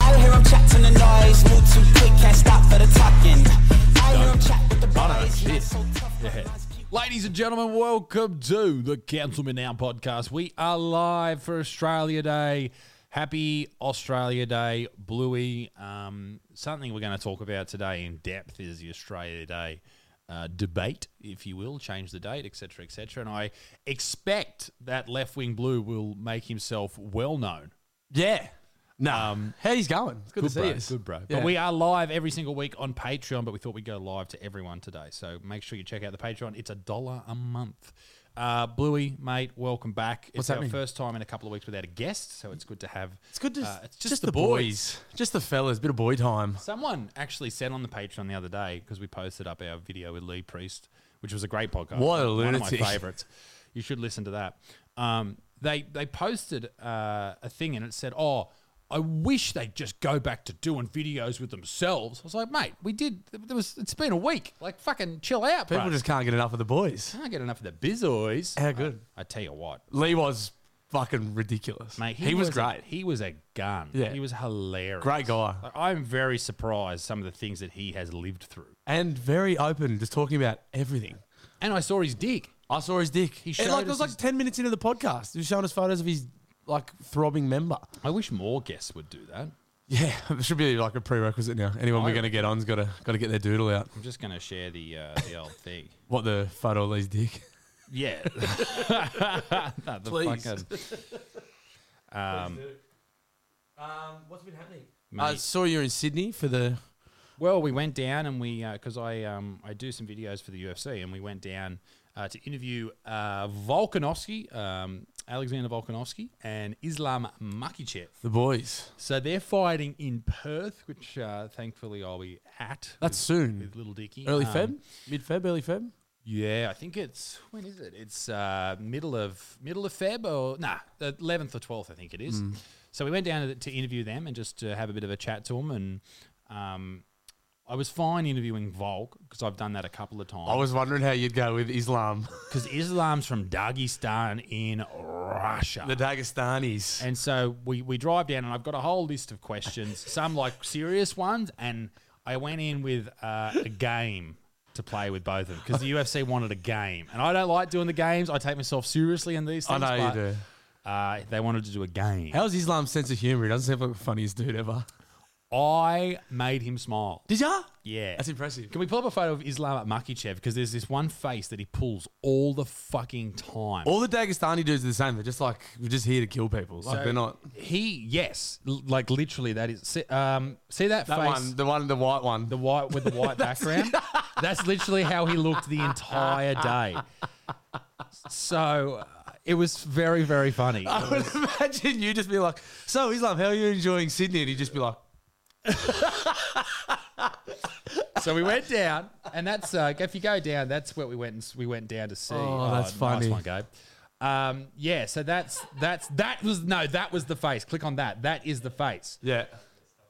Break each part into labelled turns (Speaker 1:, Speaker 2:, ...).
Speaker 1: I hear him chat to the noise, move too quick, can't stop for the talking. I hear him chat with the
Speaker 2: Done.
Speaker 1: boys, he
Speaker 2: Shit.
Speaker 1: so tough.
Speaker 2: Yeah. Ladies and gentlemen, welcome to the Councilman Now podcast. We are live for Australia Day. Happy Australia Day, Bluey. Um, something we're going to talk about today in depth is the Australia Day uh, debate, if you will, change the date, etc., etc. And I expect that left wing blue will make himself well known.
Speaker 3: Yeah. No. How he's going? It's good, to see
Speaker 2: bro,
Speaker 3: you.
Speaker 2: Good, bro.
Speaker 3: Yeah.
Speaker 2: But we are live every single week on Patreon, but we thought we'd go live to everyone today. So make sure you check out the Patreon. It's a dollar a month. Uh, Bluey, mate, welcome back. It's
Speaker 3: What's
Speaker 2: our
Speaker 3: happening?
Speaker 2: first time in a couple of weeks without a guest, so it's good to have.
Speaker 3: It's good to
Speaker 2: uh,
Speaker 3: it's just, the, boys. just the fellas, bit of boy time.
Speaker 2: Someone actually said on the Patreon the other day because we posted up our video with Lee Priest, which was a great podcast.
Speaker 3: What a
Speaker 2: One of
Speaker 3: lunatic.
Speaker 2: my favorites. You should listen to that. Um, they they posted uh, a thing and it said, "Oh, I wish they'd just go back to doing videos with themselves." I was like, "Mate, we did. There was. It's been a week. Like, fucking chill out,
Speaker 3: People
Speaker 2: bro.
Speaker 3: just can't get enough of the boys.
Speaker 2: can't get enough of the bizoys."
Speaker 3: How good.
Speaker 2: I tell you what,
Speaker 3: Lee was fucking ridiculous.
Speaker 2: mate,
Speaker 3: he, was,
Speaker 2: a-
Speaker 3: great.
Speaker 2: he was a gun.
Speaker 3: Yeah.
Speaker 2: he was hilarious.
Speaker 3: Great guy.
Speaker 2: Like, I'm very surprised some of the things that he has lived through.
Speaker 3: and very open, just talking about everything.
Speaker 2: And I saw his dick.
Speaker 3: I saw his dick.
Speaker 2: He
Speaker 3: It,
Speaker 2: showed
Speaker 3: like,
Speaker 2: us
Speaker 3: it was like
Speaker 2: his-
Speaker 3: 10 minutes into the podcast. He was showing us photos of his like throbbing member.
Speaker 2: I wish more guests would do that.
Speaker 3: Yeah, it should be like a prerequisite now. Anyone we're going to get on's got to got to get their doodle out.
Speaker 2: I'm just gonna share the uh, the old thing.
Speaker 3: What the photo of Lee's dick?
Speaker 2: Yeah. No, the
Speaker 3: Please.
Speaker 2: fucking- um,
Speaker 3: Um, what's been happening? I
Speaker 2: mate.
Speaker 3: saw you in Sydney for the
Speaker 2: well, we went down and we because I um, I do some videos for the UFC and we went down uh, to interview uh, Volkanovski, um, Alexander Volkanovski, and Islam Makhachev.
Speaker 3: the boys.
Speaker 2: So they're fighting in Perth, which uh, thankfully I'll be at.
Speaker 3: That's
Speaker 2: with-
Speaker 3: soon.
Speaker 2: with little Dicky.
Speaker 3: Early
Speaker 2: Um,
Speaker 3: Feb, mid Feb, early Feb.
Speaker 2: Yeah, I think it's when is it? It's uh, middle of middle of Feb or nah, eleventh or twelfth, I think it is.
Speaker 3: Mm.
Speaker 2: So we went down to, to interview them and just to have a bit of a chat to them, and um, I was fine interviewing Volk because I've done that a couple of times.
Speaker 3: I was wondering how you'd go with Islam,
Speaker 2: because Islam's from Dagestan in Russia.
Speaker 3: the Dagestanis.
Speaker 2: And so we, we drive down, and I've got a whole list of questions, some like serious ones, and I went in with uh, a game to play with both of them because the UFC wanted a game, and I don't like doing the games. I take myself seriously in these
Speaker 3: I
Speaker 2: things.
Speaker 3: know you
Speaker 2: but,
Speaker 3: do.
Speaker 2: Uh, they wanted to do a game.
Speaker 3: How's Islam's sense of humor? He doesn't seem like the funniest dude ever.
Speaker 2: I made him smile.
Speaker 3: Did ya?
Speaker 2: Yeah,
Speaker 3: That's impressive.
Speaker 2: Can we pull up a photo of Islam at Makhachev because there's this one face that he pulls all the fucking time.
Speaker 3: All the Dagestani dudes are the same. They're just like we're just here to kill people. Like
Speaker 2: So
Speaker 3: they're not
Speaker 2: He yes, l- like literally that is. See, um, see that,
Speaker 3: that
Speaker 2: face.
Speaker 3: one, the one, the white one.
Speaker 2: the white with the white background. That's literally how he looked the entire day. So uh, it was very, very funny.
Speaker 3: I would imagine you just be like, "So Islam, how are you enjoying Sydney?" And he'd just be like,
Speaker 2: so we went down, and that's uh, if you go down, that's where we went. And s- we went down to see.
Speaker 3: Oh, that's
Speaker 2: Nice
Speaker 3: funny.
Speaker 2: one, Gabe. Um, yeah, so that's that's that was no, that was the face. Click on that. That is the face.
Speaker 3: "Yeah,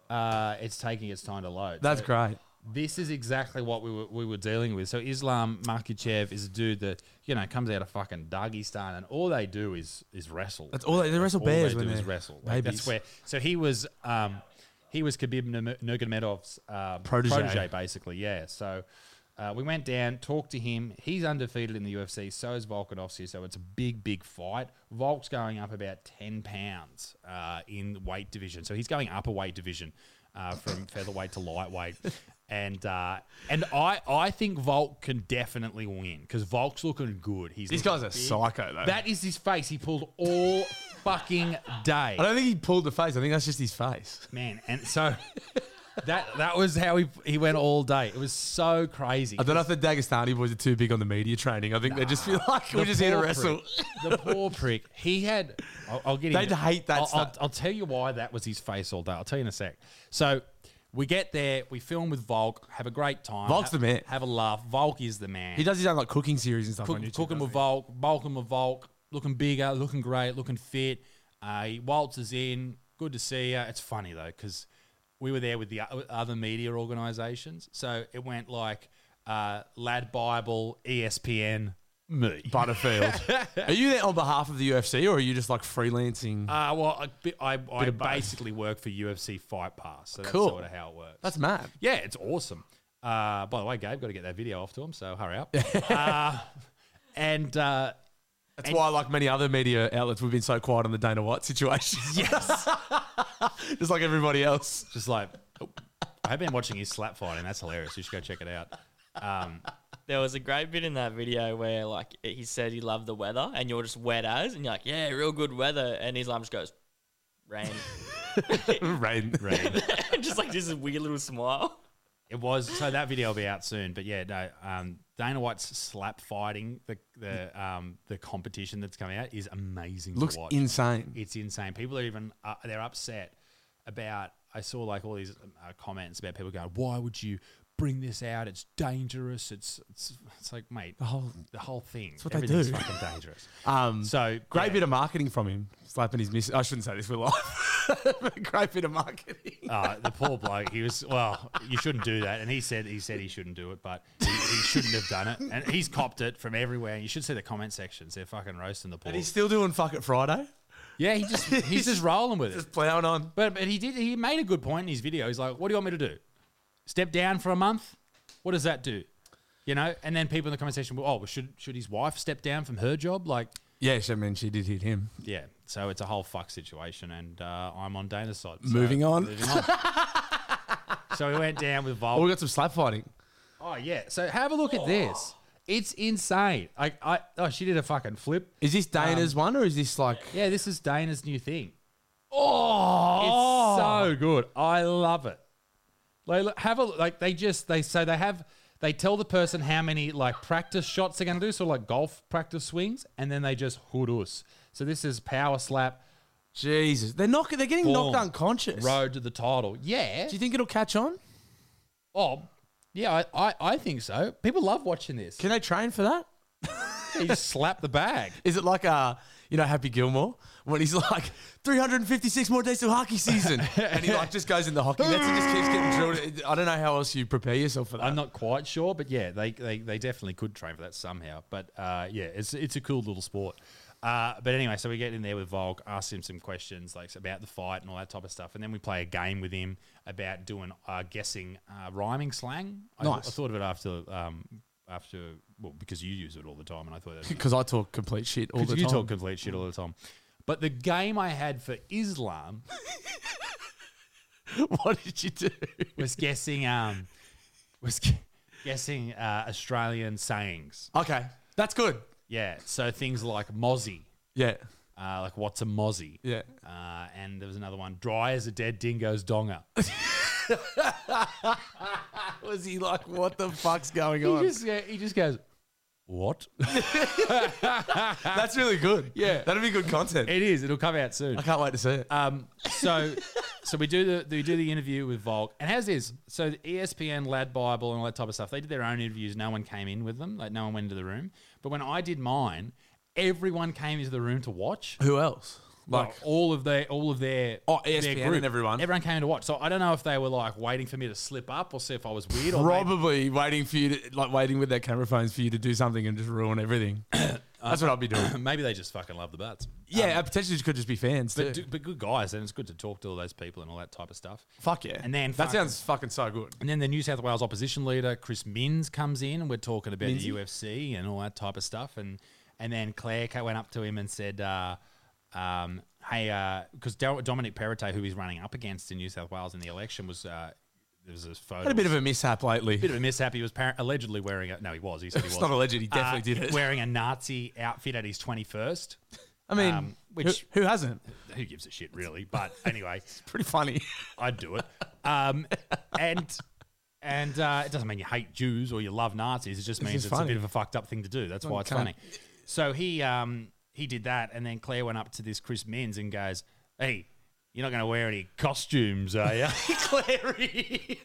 Speaker 2: Uh, it's taking its time to load.
Speaker 3: that's
Speaker 2: So-
Speaker 3: great."
Speaker 2: This is exactly what we were, we were dealing with. So Islam Makhachev is a dude that you know comes out of fucking Dagestan, and all they do is is wrestle.
Speaker 3: That's all they- they wrestle
Speaker 2: all
Speaker 3: bears
Speaker 2: They
Speaker 3: when
Speaker 2: do is
Speaker 3: they're
Speaker 2: wrestle. Like, that's
Speaker 3: babies.
Speaker 2: where. So he was um, he was Khabib Nur- Nurmagomedov's um,
Speaker 3: Protege.
Speaker 2: basically. Yeah. So uh, we went down, talked to him. He's undefeated in the UFC. So is Volkanovski. So it's a big, big fight. Volk's going up about ten pounds uh, in the weight division. So he's going up a weight division uh, from featherweight to lightweight. And uh, and I I think Volk can definitely win because Volk's looking good. He's
Speaker 3: This
Speaker 2: looking
Speaker 3: guy's a
Speaker 2: big.
Speaker 3: psycho, though.
Speaker 2: That is his face. He pulled all fucking day
Speaker 3: I don't think he pulled the face. I think that's just his face.
Speaker 2: man. And so that that was how he he went all day. It was so crazy.
Speaker 3: I don't know if the Dagestani boys are too big on the media training. I think they just feel like
Speaker 2: The
Speaker 3: we're just here to
Speaker 2: poor
Speaker 3: wrestle.
Speaker 2: prick. the poor prick. He had. I'll, I'll get.
Speaker 3: They'd
Speaker 2: into-
Speaker 3: hate that
Speaker 2: I'll, I'll,
Speaker 3: stuff.
Speaker 2: I'll tell you why that was his face all day. I'll tell you in a sec. So we get there. We film with Volk. Have a great time.
Speaker 3: Volk's
Speaker 2: have,
Speaker 3: the man.
Speaker 2: Have a laugh. Volk is the man.
Speaker 3: He does his own like cooking series and stuff
Speaker 2: Cook,
Speaker 3: on YouTube.
Speaker 2: cooking
Speaker 3: doesn't
Speaker 2: with Volk, bulking with Volk, looking bigger, looking great, looking fit. Uh, he waltzes in. Good to see you. It's funny though because we were there with the o- other media organisations, so it went like uh, Lad Bible, E ESPN, me.
Speaker 3: he? Butterfield. are you there on behalf of the UFC or are you just like freelancing?
Speaker 2: Uh, well, I, bi- I, I
Speaker 3: of both.
Speaker 2: basically work for UFC Fight Pass, so that's
Speaker 3: Cool.
Speaker 2: sort of how it works.
Speaker 3: That's mad.
Speaker 2: Yeah, it's awesome. Uh, by the way, Gabe, got to get that video off to him, so hurry up. uh, and uh,
Speaker 3: That's why, like many other media outlets, we've been so quiet on the Dana White situation. Yes. just like everybody else.
Speaker 2: just like oh, I've been watching his slap fighting. That's hilarious. You should go check it out. Um,
Speaker 4: There was a great bit in that video where like he said he loved the weather, and you're just wet as, and you're like, yeah, real good weather, and Islam just goes, rain,
Speaker 3: Rain. Rain.
Speaker 4: just like just a weird little smile.
Speaker 2: it was so that video will be out soon. But yeah, no, um, Dana White's slap fighting the the um, the competition that's coming out is amazing.
Speaker 3: Looks
Speaker 2: to watch.
Speaker 3: insane.
Speaker 2: It's insane. People are even uh, they're upset about. I saw like all these uh, comments about people going, "Why would you bring this out? It's dangerous. It's it's, it's like, mate, the whole the whole thing. That's
Speaker 3: what they
Speaker 2: Everything's
Speaker 3: do.
Speaker 2: fucking dangerous."
Speaker 3: Um,
Speaker 2: So
Speaker 3: Great
Speaker 2: yeah.
Speaker 3: bit of marketing from him. Slapping his miss. I shouldn't say this. We're live. Great bit of marketing.
Speaker 2: Uh, the poor bloke. He was well. You shouldn't do that. And he said he said he shouldn't do it, but he, he shouldn't have done it. And he's copped it from everywhere. And you should see the comment sections. They're fucking roasting the poor.
Speaker 3: And he's still doing Fuck It Friday.
Speaker 2: yeah, he just he's just rolling with it.
Speaker 3: Just plowing on.
Speaker 2: But but he did. He made a good point in his video. He's like, "What do you want me to do? Step down for a month? What does that do? You know?" And then people in the comment section, "Oh, well, should should his wife step down from her job?" Like,
Speaker 3: Yeah, I mean, she did hit him.
Speaker 2: yeah. So it's a whole fuck situation, and uh, I'm on Dana's side. So-
Speaker 3: Moving on.
Speaker 2: So we went down with Vol.
Speaker 3: Oh, we got some slap fighting.
Speaker 2: Oh yeah. So have a look at this. It's insane. Like I oh she did a fucking flip.
Speaker 3: Is this Dana's one or is this like?
Speaker 2: Yeah, this is Dana's new thing.
Speaker 3: Oh,
Speaker 2: So good. I love it. Like look, have a look. like they just they so they have they tell the person how many like practice shots they're gonna do, so like golf practice swings, and then they just hood us. So this is power slap
Speaker 3: Jesus! They're not. They're getting knocked
Speaker 2: Boom.
Speaker 3: unconscious.
Speaker 2: road to the title. Yeah.
Speaker 3: Do you think it'll catch on?
Speaker 2: Oh yeah, I, I, I think so. People love watching this.
Speaker 3: Can they train for that?
Speaker 2: He just slap the bag.
Speaker 3: Is it like uh, you know, Happy Gilmore when he's like 356 more days till hockey season, and he like just goes into hockey. That's it. Just keeps getting drilled. I don't know how else you prepare yourself for that.
Speaker 2: I'm not quite sure, but yeah, they, they, they definitely could train for that somehow. But uh, yeah, it's it's a cool little sport. Uh, but anyway, so we get in there with Volk, ask him some questions like about the fight and all that type of stuff, and then we play a game with him about doing uh, guessing uh, rhyming slang. I, I
Speaker 3: Nice.
Speaker 2: thought of it after um, after well because you use it all the time, and I thought that
Speaker 3: because I talk complete shit all the
Speaker 2: because you
Speaker 3: time.
Speaker 2: talk complete shit all the time. But the game I had for Islam
Speaker 3: what did you do?
Speaker 2: was guessing um was gu- guessing uh, Australian sayings.
Speaker 3: Okay, that's good.
Speaker 2: Yeah, so things like mozzie,
Speaker 3: Yeah,
Speaker 2: uh, like what's a mozzie?
Speaker 3: yeah.
Speaker 2: Uh, and there was another one, dry as a dead dingo's donger.
Speaker 3: Was he like, what the fuck's going
Speaker 2: he
Speaker 3: on?
Speaker 2: just yeah, he just goes, what?
Speaker 3: That's really good.
Speaker 2: Yeah.
Speaker 3: that'll be good content.
Speaker 2: it is. It'll come out soon.
Speaker 3: I can't wait to see it.
Speaker 2: Um, so, so we do the we do the interview with Volk, and how's this? So the E ESPN Lad Bible and all that type of stuff. They did their own interviews. No one came in with them. Like no one went into the room. But when I did mine, everyone came into the room to watch.
Speaker 3: Who else? Like,
Speaker 2: Well, all of their all of their
Speaker 3: Oh,
Speaker 2: their
Speaker 3: ESPN
Speaker 2: group.
Speaker 3: and everyone.
Speaker 2: everyone came to watch. So I don't know if they were like waiting for me to slip up or see if I was weird. Or maybe-
Speaker 3: probably waiting for you to like waiting with their camera phones for you to do something and just ruin everything.
Speaker 2: Uh,
Speaker 3: That's what I'll be doing. Um,
Speaker 2: maybe, they just fucking love the butts.
Speaker 3: Yeah, potentially just could just be fans.
Speaker 2: But,
Speaker 3: too.
Speaker 2: do, but good guys, and it's good to talk to all those people and all that type of stuff.
Speaker 3: fuck yeah.
Speaker 2: And then
Speaker 3: that
Speaker 2: fuck-
Speaker 3: sounds fucking so good.
Speaker 2: And then the New South Wales opposition leader Chris Minns comes in, and we're talking about the UFC and all that type of stuff. And and then Claire ca- went up to him and said, uh, um, "Hey, because Dominic Perrottet, who he's running up against in New South Wales in the election, was uh, there was a photo
Speaker 3: Had a bit of a mishap lately.
Speaker 2: bit of a mishap. He was par- allegedly wearing a no, he was. He said he
Speaker 3: It's
Speaker 2: was Uh,
Speaker 3: not alleged, he definitely did it.
Speaker 2: Wearing a Nazi outfit at his twenty first.
Speaker 3: I mean,
Speaker 2: um,
Speaker 3: who-
Speaker 2: which-
Speaker 3: who, hasn't?
Speaker 2: Who gives a shit, really? But anyway,
Speaker 3: Pretty funny.
Speaker 2: I'd do it. Um, and and uh, it doesn't mean you hate Jews or you love Nazis. It just means
Speaker 3: just
Speaker 2: it's a
Speaker 3: funny.
Speaker 2: bit of a fucked up thing to do. That's why it's
Speaker 3: can't-
Speaker 2: funny. So he um, he did that, and then Claire went up to this Chris Menz and goes, "Hey, you're not going to wear any costumes, are you, Clary?"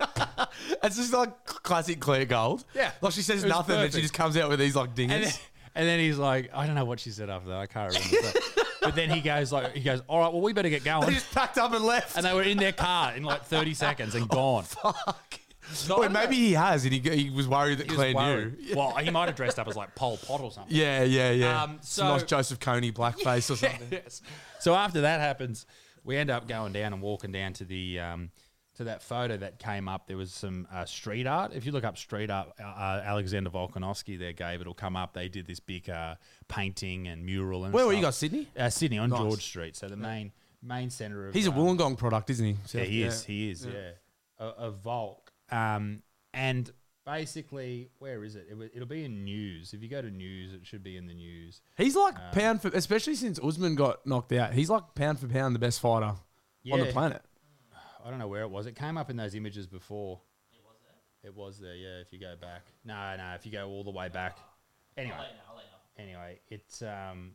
Speaker 3: It's just like classic Claire Gold.
Speaker 2: Yeah.
Speaker 3: Like she says
Speaker 2: It was
Speaker 3: nothing, but she
Speaker 2: perfect.
Speaker 3: just comes out with these like
Speaker 2: And then,
Speaker 3: dingers.
Speaker 2: and then he's like, I don't know what she said after that. I can't remember. but, but then he goes like, he goes, all right, well, we better get
Speaker 3: They
Speaker 2: going.
Speaker 3: just packed up and left.
Speaker 2: And they were in their car in like 30 seconds and gone.
Speaker 3: Oh, Fuck.
Speaker 2: No, I
Speaker 3: Wait,
Speaker 2: don't know.
Speaker 3: maybe he has, and he, he was worried that
Speaker 2: He was
Speaker 3: Claire
Speaker 2: worried.
Speaker 3: knew.
Speaker 2: Well, he might have dressed up as like Pol Pot or something.
Speaker 3: Yeah, yeah, yeah.
Speaker 2: Um, so-
Speaker 3: Some nice Joseph Coney blackface or something.
Speaker 2: yes. So after that happens, we end up going down and walking down to the um, to that photo that came up. There was some uh, street art. If you look up street art, uh, uh, Alexander Volkanovsky there gave it'll come up. They did this big uh, painting and mural. And
Speaker 3: Where were you
Speaker 2: stuff.
Speaker 3: guys, Sydney?
Speaker 2: Uh, Sydney on
Speaker 3: Nice.
Speaker 2: George Street. So the main main center of
Speaker 3: He's a
Speaker 2: um,
Speaker 3: Wollongong product, isn't he? So-
Speaker 2: yeah, he is. He is. Yeah, a, a Volk. Um, and basically, where is it? it w- it'll be in news. If you go to news, it should be in the news.
Speaker 3: He's like
Speaker 2: Um,
Speaker 3: pound for, especially since Usman got knocked out. He's like pound for pound the best fighter on
Speaker 2: Yeah.
Speaker 3: the planet.
Speaker 2: I don't know where it was. It came up in those images before. It was there. It was there. Yeah, if you go back. No, no. If you go all the way back. Anyway. Anyway, it's um.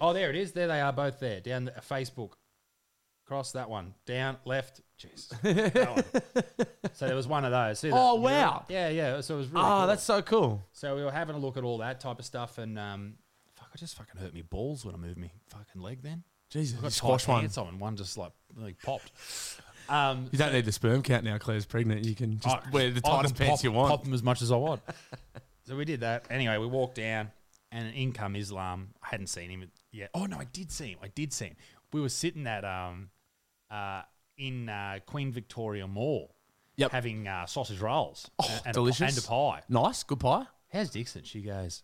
Speaker 2: Oh, there it is. There they are, both there. Down the, uh, Facebook, cross that one. Down left. Jeez. that one. So there was one of those. See that?
Speaker 3: Oh,
Speaker 2: You got it?
Speaker 3: wow.
Speaker 2: Yeah, yeah. So it was really.
Speaker 3: Ah,
Speaker 2: cool.
Speaker 3: that's so cool.
Speaker 2: So we were having a look at all that type of stuff, and um, fuck, I just fucking hurt me balls when I moved me fucking leg. Then
Speaker 3: Jesus,
Speaker 2: I got
Speaker 3: squash
Speaker 2: tight
Speaker 3: one.
Speaker 2: pants on, and one just like like popped. Um,
Speaker 3: You don't need the sperm count now. Claire's pregnant. You Oh, can just
Speaker 2: I-
Speaker 3: wear the
Speaker 2: Oh, I can
Speaker 3: tightest pants
Speaker 2: pop,
Speaker 3: you want.
Speaker 2: Pop them as much as I want. so we did that. Anyway, we walked down, and in come Islam. I hadn't seen him yet. Oh no, I did see him. I did see him. We were sitting at um, uh, in uh, Queen Victoria Mall,
Speaker 3: Yep.
Speaker 2: having uh, sausage rolls,
Speaker 3: Oh,
Speaker 2: and- and,
Speaker 3: delicious.
Speaker 2: a, and a pie.
Speaker 3: Nice, good pie.
Speaker 2: How's Dixon? She goes,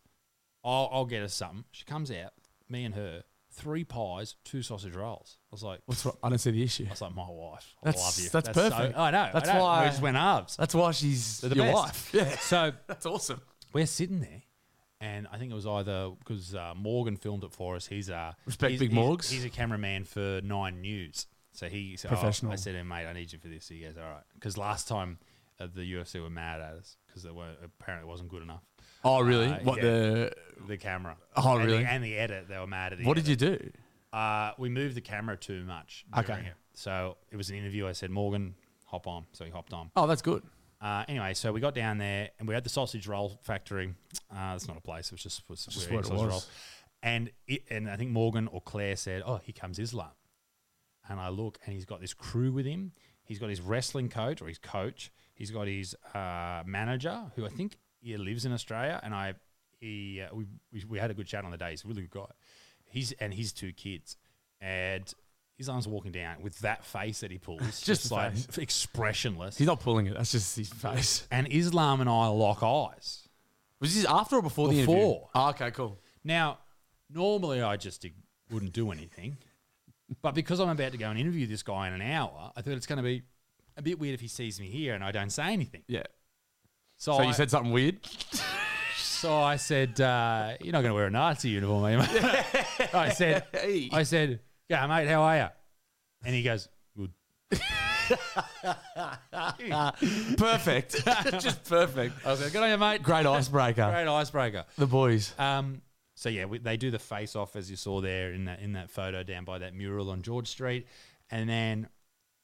Speaker 2: I'll, I'll get us something. She comes out, me and her, three pies, two sausage rolls. I was like, I
Speaker 3: What's wrong? I don't see the issue.
Speaker 2: was like, my wife, I
Speaker 3: That's-
Speaker 2: love you.
Speaker 3: that's
Speaker 2: so-
Speaker 3: perfect.
Speaker 2: I know.
Speaker 3: That's
Speaker 2: I know.
Speaker 3: why-
Speaker 2: we just went halves.
Speaker 3: That's why she's
Speaker 2: They're the
Speaker 3: your
Speaker 2: best.
Speaker 3: wife. Yeah,
Speaker 2: So
Speaker 3: that's awesome.
Speaker 2: we're sitting there, and I think it was either because uh, Morgan filmed it for us. He's uh,
Speaker 3: Respect
Speaker 2: he's-
Speaker 3: Big
Speaker 2: he's-
Speaker 3: Morgs.
Speaker 2: He's a cameraman for Nine News, so he so oh,
Speaker 3: Professional.
Speaker 2: I said to him, mate, I need you for this. He goes, all right, because last time uh, the UFC were mad at us because they weren't apparently it wasn't good enough.
Speaker 3: Oh, really?
Speaker 2: Uh,
Speaker 3: what
Speaker 2: yeah.
Speaker 3: the?
Speaker 2: The camera.
Speaker 3: Oh,
Speaker 2: And the-
Speaker 3: really?
Speaker 2: and the edit, they were mad at. The
Speaker 3: What did
Speaker 2: edit.
Speaker 3: you do?
Speaker 2: Uh, we moved the camera too much.
Speaker 3: Okay.
Speaker 2: during it. So it was an interview. I said, Morgan, hop on. So he hopped on.
Speaker 3: Oh, that's good.
Speaker 2: Uh, anyway, so we got down there and we had the sausage roll factory. Uh, it's not a place. It was just, was,
Speaker 3: Just
Speaker 2: we were
Speaker 3: what
Speaker 2: eating
Speaker 3: it
Speaker 2: sausage
Speaker 3: was.
Speaker 2: rolls. And it, and I think Morgan or Claire said, "Oh, here comes Islam." And I look, and he's got this crew with him. He's got his wrestling coach or his coach. He's got his uh, manager, who I think he lives in Australia. And I, he, uh, we, we, we had a good chat on the day. He's a really good guy. He's and his two kids, and Islam's walking down with that face that he pulls, just,
Speaker 3: the
Speaker 2: like
Speaker 3: face.
Speaker 2: expressionless.
Speaker 3: He's not pulling it. That's just his face.
Speaker 2: and Islam and I lock eyes.
Speaker 3: Was this after or before, the interview?
Speaker 2: Before.
Speaker 3: Oh, okay, cool.
Speaker 2: Now, normally I just ig- wouldn't do anything, but because I'm about to go and interview this guy in an hour, I thought it's going to be a bit weird if he sees me here and I don't say anything.
Speaker 3: Yeah.
Speaker 2: So,
Speaker 3: So
Speaker 2: I,
Speaker 3: you said something weird?
Speaker 2: so I said, uh, "You're not going to wear a Nazi uniform, are you?" Mate? I said, "I said, yeah, mate, how are you?" And he goes, "Good."
Speaker 3: Perfect. just perfect.
Speaker 2: I was like, "Good on you, mate.
Speaker 3: Great icebreaker.
Speaker 2: Great icebreaker."
Speaker 3: The boys.
Speaker 2: Um, so yeah, we, they do the face off as you saw there in that in that photo down by that mural on George Street, and then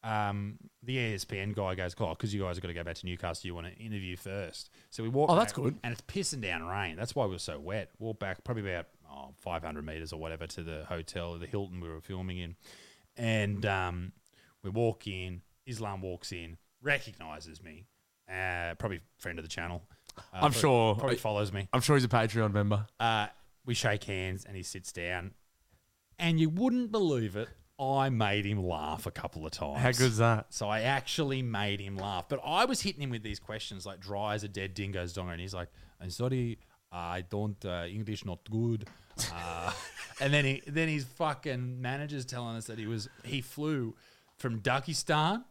Speaker 2: um, the ESPN guy goes, "Oh, because you guys have got to go back to Newcastle, you want to interview first. So we walk.
Speaker 3: Oh, that's
Speaker 2: back,
Speaker 3: good.
Speaker 2: And it's pissing down rain. That's why we were so wet. Walk back probably about oh, 500 meters or whatever to the hotel, the Hilton we were filming in, and um, we walk in. Islam walks in, recognizes me, uh, probably friend of the channel. Uh,
Speaker 3: I'm
Speaker 2: probably-
Speaker 3: sure.
Speaker 2: probably follows me.
Speaker 3: I'm sure he's a Patreon member.
Speaker 2: Uh, we shake hands and he sits down. And you wouldn't believe it, I made him laugh a couple of times.
Speaker 3: How good's that?
Speaker 2: So I actually made him laugh. But I was hitting him with these questions like dry as a dead dingo's donger. And he's like, I'm sorry, I don't, uh, English not good. Uh, and then he, then his fucking manager's telling us that he was, he flew from Dakistan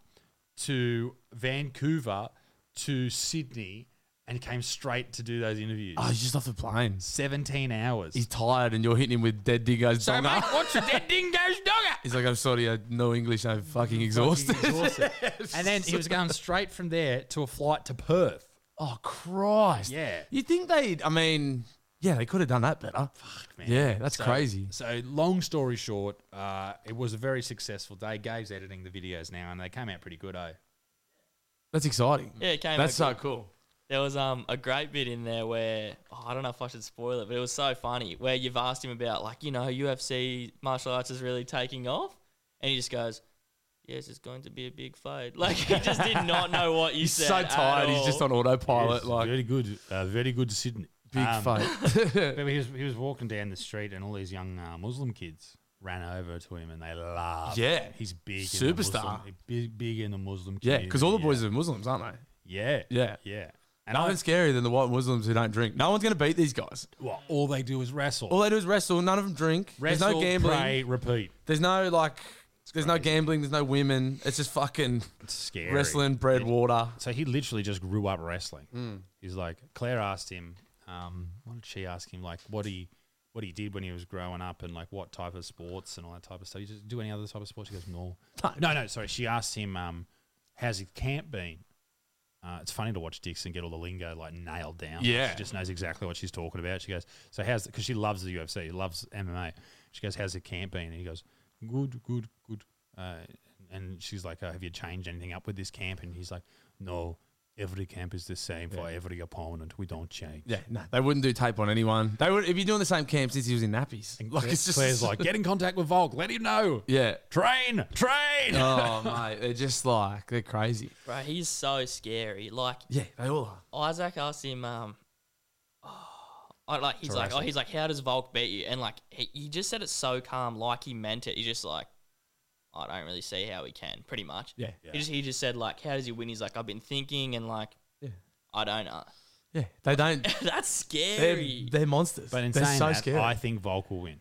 Speaker 2: to Vancouver to Sydney and came straight to do those interviews.
Speaker 3: Oh, he's just off the planes.
Speaker 2: 17 hours.
Speaker 3: He's tired and you're hitting him with dead dingoes.
Speaker 2: so,
Speaker 3: donga.
Speaker 2: mate, what's a dead dingo's dogger?
Speaker 3: He's like, I'm sorry, I know English. I'm fucking exhausted.
Speaker 2: exhausted. and then he was going straight from there to a flight to Perth.
Speaker 3: oh Christ!
Speaker 2: Yeah.
Speaker 3: You think they? I mean, yeah, they could have done that better. Fuck,
Speaker 2: man.
Speaker 3: Yeah, that's
Speaker 2: So-
Speaker 3: crazy.
Speaker 2: So, long story short, uh, it was a very successful day. Gabe's editing the videos now, and they came out pretty good, oh.
Speaker 3: That's exciting.
Speaker 4: Yeah, it came.
Speaker 3: that's
Speaker 4: out
Speaker 3: so cool.
Speaker 4: There was um a great bit in there where oh, I don't know if I should spoil it, but it was so funny where you've asked him about like you know UFC martial arts is really taking off, and he just goes, "Yes, it's going to be a big fight." Like he just did not know what you
Speaker 3: He's
Speaker 4: said.
Speaker 3: so
Speaker 4: at
Speaker 3: tired. He's just
Speaker 4: all.
Speaker 3: on autopilot, like
Speaker 2: very good, uh, very good Sydney.
Speaker 3: big
Speaker 2: Um,
Speaker 3: fight.
Speaker 2: But he was, he was walking down the street, and all these young uh, Muslim kids ran over to him, and they laughed.
Speaker 3: Yeah.
Speaker 2: he's big, In the
Speaker 3: Superstar.
Speaker 2: Muslim, big, big in the Muslim.
Speaker 3: yeah, because all the
Speaker 2: community,
Speaker 3: boys are Muslims, aren't they?
Speaker 2: Yeah,
Speaker 3: Yeah.
Speaker 2: yeah. And I
Speaker 3: Nothing's scarier than the white Muslims who don't drink. No one's going to beat these guys.
Speaker 2: well, all they do is wrestle.
Speaker 3: All they do is wrestle. None of them drink.
Speaker 2: wrestle,
Speaker 3: there's no gambling.
Speaker 2: pray, repeat.
Speaker 3: There's no like. There's no gambling. There's no women. It's just fucking
Speaker 2: It's scary.
Speaker 3: wrestling, Hmm. bread, water.
Speaker 2: So he literally just grew up wrestling. He's like Claire asked him. Um, what did she ask him? Like what he what he did when he was growing up and like what type of sports and all that type of stuff. He just do any other type of sports? He goes no. No, no. Sorry. She asked him, um, "How's his camp been?" Uh, it's funny to watch Dixon get all the lingo like nailed down.
Speaker 3: Yeah.
Speaker 2: she just knows exactly what she's talking about. She goes, "So how's?" Because she loves the UFC, loves MMA. She goes, "How's the camp been?" And he goes, "Good, good, good." Uh, and she's like, uh, "Have you changed anything up with this camp?" And he's like, "No, every camp is the same for every opponent. We don't change."
Speaker 3: Yeah, no, they wouldn't do tape on anyone. They would if you're doing the same camp since he was in nappies.
Speaker 2: And
Speaker 3: Like
Speaker 2: Claire-
Speaker 3: it's just
Speaker 2: Claire's like, "Get in contact with Volk. Let him know.
Speaker 3: yeah.
Speaker 2: Train, train."
Speaker 3: Oh mate, they're just like they're crazy.
Speaker 4: Bro, he's so scary. Like
Speaker 3: Yeah, they all are.
Speaker 4: Isaac asked him, um, oh, like he's like, oh, he's like, how does Volk beat you? And like, he, he just said it so calm, like he meant it. He's just like, I don't really see how he can, pretty much.
Speaker 3: Yeah.
Speaker 4: He just he just said like, how does he win? He's like, I've been thinking and like,
Speaker 3: Yeah.
Speaker 4: I don't know.
Speaker 3: Yeah, they don't.
Speaker 4: That's
Speaker 3: They're,
Speaker 4: scary.
Speaker 3: they're monsters.
Speaker 2: But in
Speaker 3: they're
Speaker 2: saying
Speaker 3: so
Speaker 2: that,
Speaker 3: scary.
Speaker 2: I think Volk will win.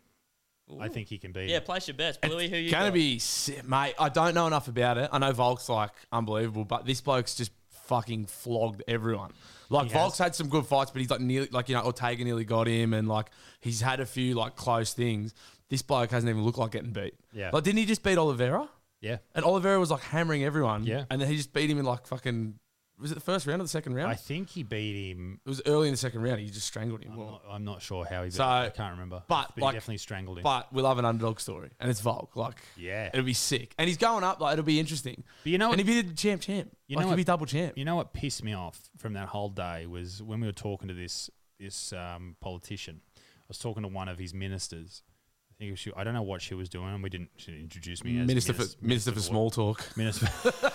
Speaker 2: I
Speaker 4: Ooh.
Speaker 2: think he can beat.
Speaker 4: yeah,
Speaker 2: him.
Speaker 4: place your bets, Bluey. Who you
Speaker 3: Gonna
Speaker 4: got?
Speaker 3: be sick, mate. I don't know enough about it. I know Volk's like unbelievable, but this bloke's just fucking flogged everyone. Like
Speaker 2: He has.
Speaker 3: Volk's had some good fights, but he's like nearly like you know Ortega nearly got him, and like he's had a few like close things. This bloke hasn't even looked like getting beat.
Speaker 2: Yeah.
Speaker 3: Like didn't he just beat Oliveira?
Speaker 2: yeah.
Speaker 3: And Oliveira was like hammering everyone.
Speaker 2: Yeah.
Speaker 3: And then he just beat him in like fucking was it the first round or the second round?
Speaker 2: I think he beat him.
Speaker 3: it was early in the second round. He just strangled him.
Speaker 2: I'm not, I'm not sure how he. Beat
Speaker 3: So,
Speaker 2: him. I can't remember.
Speaker 3: but,
Speaker 2: he
Speaker 3: like-
Speaker 2: definitely strangled him. But,
Speaker 3: But we love an underdog story, and it's Volk. Like,
Speaker 2: Yeah.
Speaker 3: it'll be sick, and he's going up. Like, it'll be interesting.
Speaker 2: you know,
Speaker 3: and
Speaker 2: what,
Speaker 3: he'd be the champ, champ.
Speaker 2: You
Speaker 3: You like,
Speaker 2: know
Speaker 3: he'd be
Speaker 2: what-
Speaker 3: double champ.
Speaker 2: you know what pissed me off from that whole day was when we were talking to this this um, politician. I was talking to one of his ministers. I think she. I don't know what she was doing, and we didn't. She didn't introduce me as
Speaker 3: minister, for minister, for
Speaker 2: what-
Speaker 3: small talk.
Speaker 2: Minister.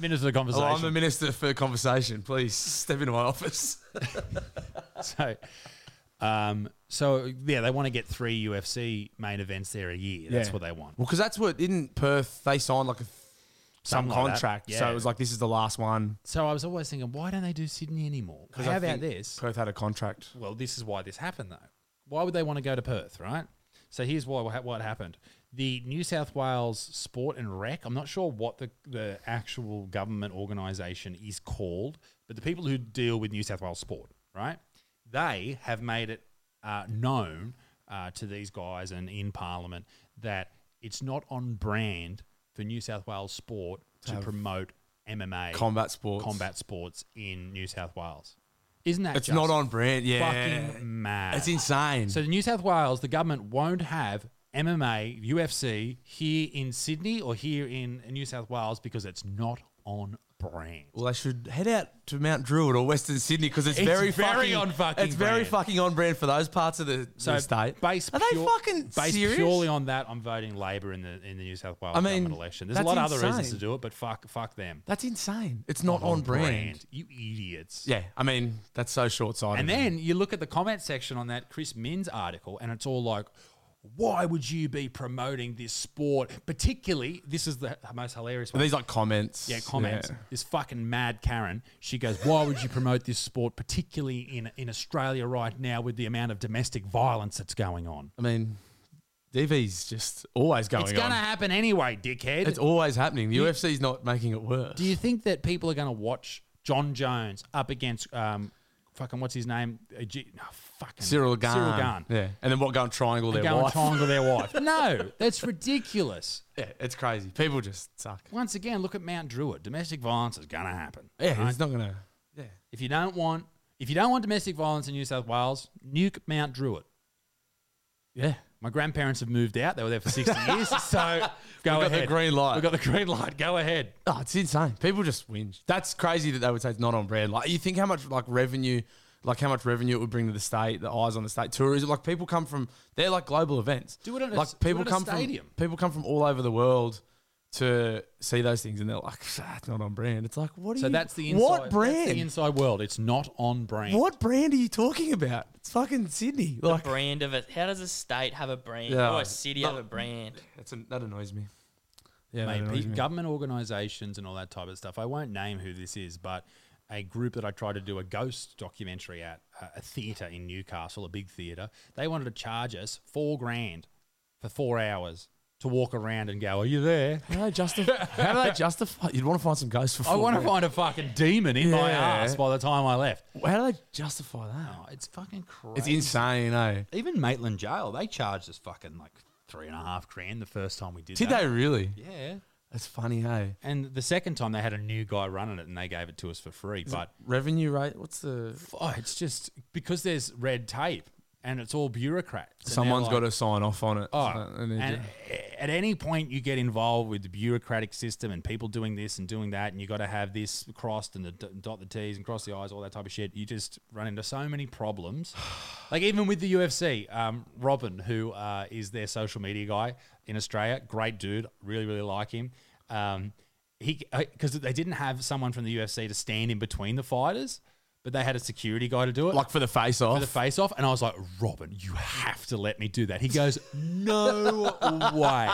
Speaker 2: minister of
Speaker 3: Oh,
Speaker 2: conversation.
Speaker 3: I'm the minister for conversation. Please step into my office.
Speaker 2: so, um, so yeah, they want to get three UFC main events there a year. That's
Speaker 3: Yeah.
Speaker 2: what they want.
Speaker 3: Well, because that's what in Perth they signed like a some
Speaker 2: Something like that.
Speaker 3: contract, so
Speaker 2: Yeah.
Speaker 3: it was like this is the last one.
Speaker 2: So I was always thinking, why don't they do Sydney anymore?
Speaker 3: 'Cause
Speaker 2: How
Speaker 3: I
Speaker 2: about
Speaker 3: think
Speaker 2: this?
Speaker 3: Perth had a contract.
Speaker 2: Well, this is why this happened, though. Why would they want to go to Perth, right? So here's why what, what happened. The New South Wales Sport and Rec, I'm not sure what the, the actual government organisation is called, but the people who deal with New South Wales sport, right? They have made it uh, known uh, to these guys and in Parliament that it's not on brand for New South Wales sport to, promote MMA
Speaker 3: Combat sports.
Speaker 2: combat sports in New South Wales. Isn't that
Speaker 3: It's
Speaker 2: just
Speaker 3: not on brand. Yeah,
Speaker 2: fucking mad?
Speaker 3: it's insane.
Speaker 2: So New South Wales, the government won't have MMA, UFC here in Sydney or here in New South Wales because it's not on brand.
Speaker 3: Well, they should head out to Mount Druitt or Western Sydney because it's,
Speaker 2: It's
Speaker 3: very,
Speaker 2: very
Speaker 3: fucking,
Speaker 2: on fucking
Speaker 3: It's very
Speaker 2: brand.
Speaker 3: fucking on brand for those parts of the,
Speaker 2: So
Speaker 3: the state.
Speaker 2: based
Speaker 3: Are they
Speaker 2: pure-
Speaker 3: fucking
Speaker 2: based
Speaker 3: serious?
Speaker 2: purely on that, I'm voting Labor in the in the New South Wales
Speaker 3: I mean,
Speaker 2: government election. There's a
Speaker 3: that's
Speaker 2: lot of other reasons
Speaker 3: insane.
Speaker 2: to do it, but fuck fuck them.
Speaker 3: That's insane. It's not, on, brand.
Speaker 2: You idiots.
Speaker 3: Yeah, I mean that's so short sighted.
Speaker 2: And then you look at the comment section on that Chris Minns article, and it's all like, why would you be promoting this sport? Particularly, this is the most hilarious one.
Speaker 3: these like comments.
Speaker 2: Yeah, comments.
Speaker 3: Yeah.
Speaker 2: This fucking mad Karen. She goes, "Why would you promote this sport, particularly in in Australia right now, with the amount of domestic violence that's going on?
Speaker 3: I mean, DV's just always going
Speaker 2: it's gonna
Speaker 3: on.
Speaker 2: happen anyway, dickhead."
Speaker 3: it's always happening. The UFC's not making it worse.
Speaker 2: Do you think that people are gonna watch John Jones up against um, fucking what's his name? Uh, G- oh, fucking
Speaker 3: Cyril Garn.
Speaker 2: Cyril Garn.
Speaker 3: Yeah. And then what go and triangle their
Speaker 2: Go
Speaker 3: wife.
Speaker 2: and triangle their wife. No, that's ridiculous.
Speaker 3: Yeah, it's crazy. People just suck.
Speaker 2: Once again, look at Mount Druitt. Domestic violence is going to happen.
Speaker 3: Yeah,
Speaker 2: right?
Speaker 3: it's not gonna. Yeah.
Speaker 2: If you don't want, if you don't want domestic violence in New South Wales, nuke Mount Druitt.
Speaker 3: Yeah.
Speaker 2: My grandparents have moved out. They were there for 60 years. So go
Speaker 3: got the
Speaker 2: ahead.
Speaker 3: green light.
Speaker 2: We got the green light. Go ahead.
Speaker 3: Oh, it's insane. People just whinge. That's crazy that they would say it's not on brand. Like you think how much like revenue, like how much revenue it would bring to the state, the eyes on the state tourism. Like people come from they're like global events.
Speaker 2: Do it at a
Speaker 3: like
Speaker 2: s- do it at a
Speaker 3: come
Speaker 2: stadium.
Speaker 3: from people come from all over the world to see those things, and they're like, "Ah, it's not on brand. It's like what? Are
Speaker 2: So
Speaker 3: you,
Speaker 2: that's the inside.
Speaker 3: what
Speaker 2: That's
Speaker 3: brand?
Speaker 2: the inside world. It's not on brand.
Speaker 3: what brand are you talking about? It's fucking Sydney. Like
Speaker 4: brand of it. How does a state have a brand
Speaker 3: Yeah.
Speaker 4: or a city have
Speaker 3: Oh.
Speaker 4: a brand?
Speaker 3: that's an, that annoys me. Yeah,
Speaker 2: Mate,
Speaker 3: that
Speaker 2: pe-
Speaker 3: annoys me.
Speaker 2: government organisations and all that type of stuff. I won't name who this is, but a group that I tried to do a ghost documentary at uh, a theatre in Newcastle, a big theatre. They wanted to charge us four grand for four hours to walk around and go, "Are you there?"
Speaker 3: How do they justify? how do they justify? You'd want to find some ghosts for.
Speaker 2: I want to
Speaker 3: four
Speaker 2: find a fucking demon in my
Speaker 3: Yeah.
Speaker 2: ass by the time I left.
Speaker 3: grand. How do they justify that?
Speaker 2: Oh, it's fucking crazy.
Speaker 3: It's insane, eh?
Speaker 2: Even Maitland Jail, they charged us fucking like three and a half grand the first time we did.
Speaker 3: Did
Speaker 2: that.
Speaker 3: they really?
Speaker 2: Yeah.
Speaker 3: That's funny, eh?
Speaker 2: And the second time they had a new guy running it, and they gave it to us for free. but
Speaker 3: Revenue rate? What's the?
Speaker 2: Oh, it's just because there's red tape and it's all bureaucrats. and
Speaker 3: Someone's
Speaker 2: they're
Speaker 3: got to
Speaker 2: like,
Speaker 3: sign off on it. Uh,
Speaker 2: Oh, and at any point you get involved with the bureaucratic system and people doing this and doing that, and you got to have this crossed and the, d- dot the T's and cross the I's, all that type of shit. You just run into so many problems. like even with the UFC, um, Robin, who uh, is their social media guy in Australia, great dude, really really like him. Um, he because they didn't have someone from the UFC to stand in between the fighters, but they had a security guy to do it
Speaker 3: like for the face off.
Speaker 2: for the face off, and I was like, Robin, you have to let me do that. He goes, No way,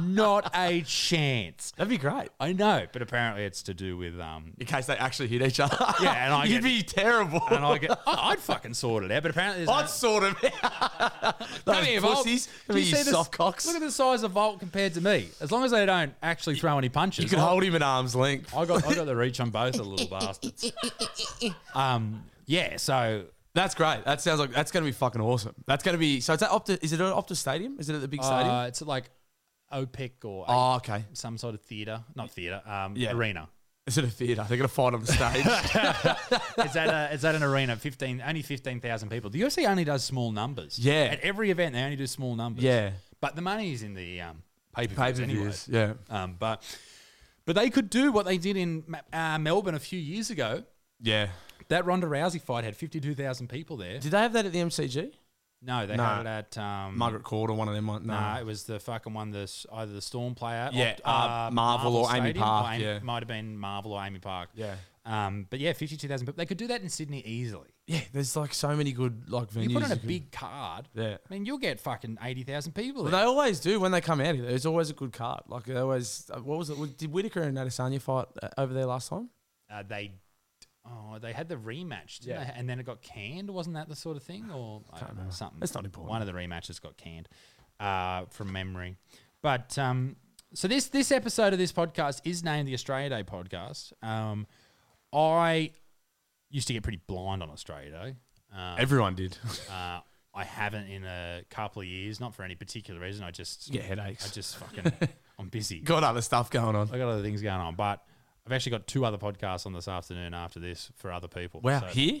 Speaker 2: not a chance.
Speaker 3: That'd be great.
Speaker 2: I know, but apparently it's to do with um.
Speaker 3: In case they actually hit each other.
Speaker 2: Yeah, and I
Speaker 3: you'd
Speaker 2: get-
Speaker 3: be terrible.
Speaker 2: And I get, I, I'd fucking sort it out, but apparently there's.
Speaker 3: I'd sort of.
Speaker 2: no,
Speaker 3: Those pussies.
Speaker 2: Do
Speaker 3: You you
Speaker 2: see this-
Speaker 3: soft cocks.
Speaker 2: Look at the size of Volt compared to me. As long as they don't actually throw any punches,
Speaker 3: You could
Speaker 2: I-
Speaker 3: hold him at arm's length.
Speaker 2: I got, I got the reach on both of the little bastards. Um, yeah, so
Speaker 3: That's great. That sounds like that's going to be fucking awesome. That's going to be. So it's at Optus. Is it at Optus Stadium? Is it at the big stadium?
Speaker 2: uh, it's like OPEC or
Speaker 3: Oh, okay.
Speaker 2: some sort of theater, not theater, um,
Speaker 3: Yeah.
Speaker 2: arena.
Speaker 3: Is it a theatre? They're going to fight on the stage.
Speaker 2: It's at a, it's at an arena, fifteen only fifteen thousand people. The UFC only does small numbers.
Speaker 3: Yeah.
Speaker 2: At every event, they only do small numbers.
Speaker 3: Yeah.
Speaker 2: But the money is in the um, pay per
Speaker 3: Pay
Speaker 2: views anyway.
Speaker 3: Yeah.
Speaker 2: Um, but but they could do what they did in Ma- uh, Melbourne a few years ago.
Speaker 3: Yeah.
Speaker 2: That Ronda Rousey fight had fifty two thousand people there.
Speaker 3: Did they have that at the MCG?
Speaker 2: No, they
Speaker 3: No.
Speaker 2: had it at um,
Speaker 3: Margaret Court or one of them? No.
Speaker 2: Nah, it was the fucking one. This either the Storm player,
Speaker 3: Yeah, uh, Marvel or Amy Park, yeah.
Speaker 2: might have been Marvel or Amy Park.
Speaker 3: Yeah.
Speaker 2: Um, but yeah, fifty-two thousand people. They could do that in Sydney easily.
Speaker 3: Yeah, there's like so many good like venues.
Speaker 2: You put on a
Speaker 3: could-
Speaker 2: big card.
Speaker 3: Yeah.
Speaker 2: I mean, you'll get fucking eighty thousand people.
Speaker 3: Well,
Speaker 2: there.
Speaker 3: they always do when they come out here. There's always a good card. Like they always. uh, What was it? Did Whitaker and Adesanya fight uh, over there last time?
Speaker 2: Uh, they, oh, they had the rematch, didn't
Speaker 3: Yeah.
Speaker 2: they? And then it got canned. Wasn't that the sort of thing, or I don't know, something?
Speaker 3: It's not important.
Speaker 2: One of the rematches got canned, uh, from memory. But um, so this this episode of this podcast is named the Australia Day podcast. Um, I used to get pretty blind on Australia Day. Um,
Speaker 3: Everyone did.
Speaker 2: Uh, I haven't in a couple of years, not for any particular reason. I just
Speaker 3: You get headaches.
Speaker 2: I just fucking I'm busy.
Speaker 3: Got other stuff going on.
Speaker 2: I got other things going on, but I've actually got two other podcasts on this afternoon after this for other people.
Speaker 3: Wow,
Speaker 2: So-
Speaker 3: here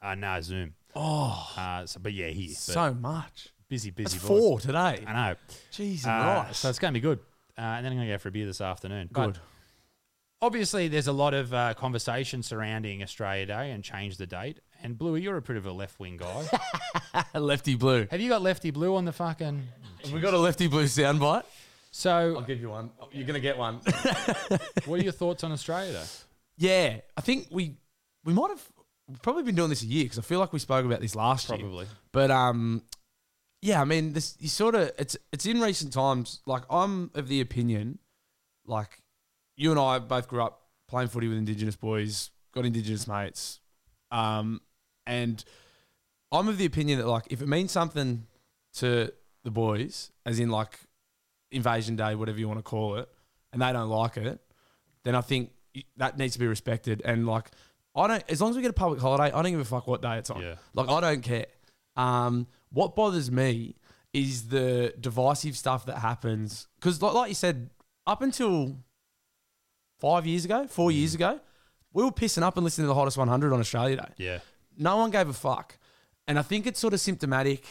Speaker 2: Uh, no, Zoom.
Speaker 3: Oh.
Speaker 2: Uh, so, but yeah, here. So
Speaker 3: so much.
Speaker 2: busy, busy.
Speaker 3: It's
Speaker 2: boy.
Speaker 3: four today.
Speaker 2: I know.
Speaker 3: Jesus
Speaker 2: Uh,
Speaker 3: Christ.
Speaker 2: So it's going to be good. Uh, and then I'm going to go for a beer this afternoon. But
Speaker 3: good.
Speaker 2: obviously, there's a lot of uh, conversation surrounding Australia Day and change the date. And Bluey, you're a bit of a left wing guy.
Speaker 3: lefty blue.
Speaker 2: Have you got Lefty Blue on the fucking?
Speaker 3: Have we got a lefty blue soundbite?
Speaker 2: So,
Speaker 3: give you one. Oh, You're gonna get one.
Speaker 2: what are your thoughts on Australia Day?
Speaker 3: yeah, I think we we might have we've probably been doing this a year because I feel like we spoke about this last year.
Speaker 2: Probably.
Speaker 3: But um, yeah, I mean, this you sort of it's it's in recent times. Like I'm of the opinion, like you and I both grew up playing footy with Indigenous boys, got Indigenous mates, um, and I'm of the opinion that like if it means something to the boys, as in like Invasion Day, whatever you want to call it, and they don't like it, then I think that needs to be respected. And like, I don't, as long as we get a public holiday, I don't give a fuck what day it's on.
Speaker 2: Yeah.
Speaker 3: Like, I don't care. Um, what bothers me is the divisive stuff that happens because, like, like you said, up until five years ago, four years ago, we were pissing up and listening to the hottest 100 on Australia Day
Speaker 2: Yeah.
Speaker 3: no one gave a fuck. And I think it's sort of symptomatic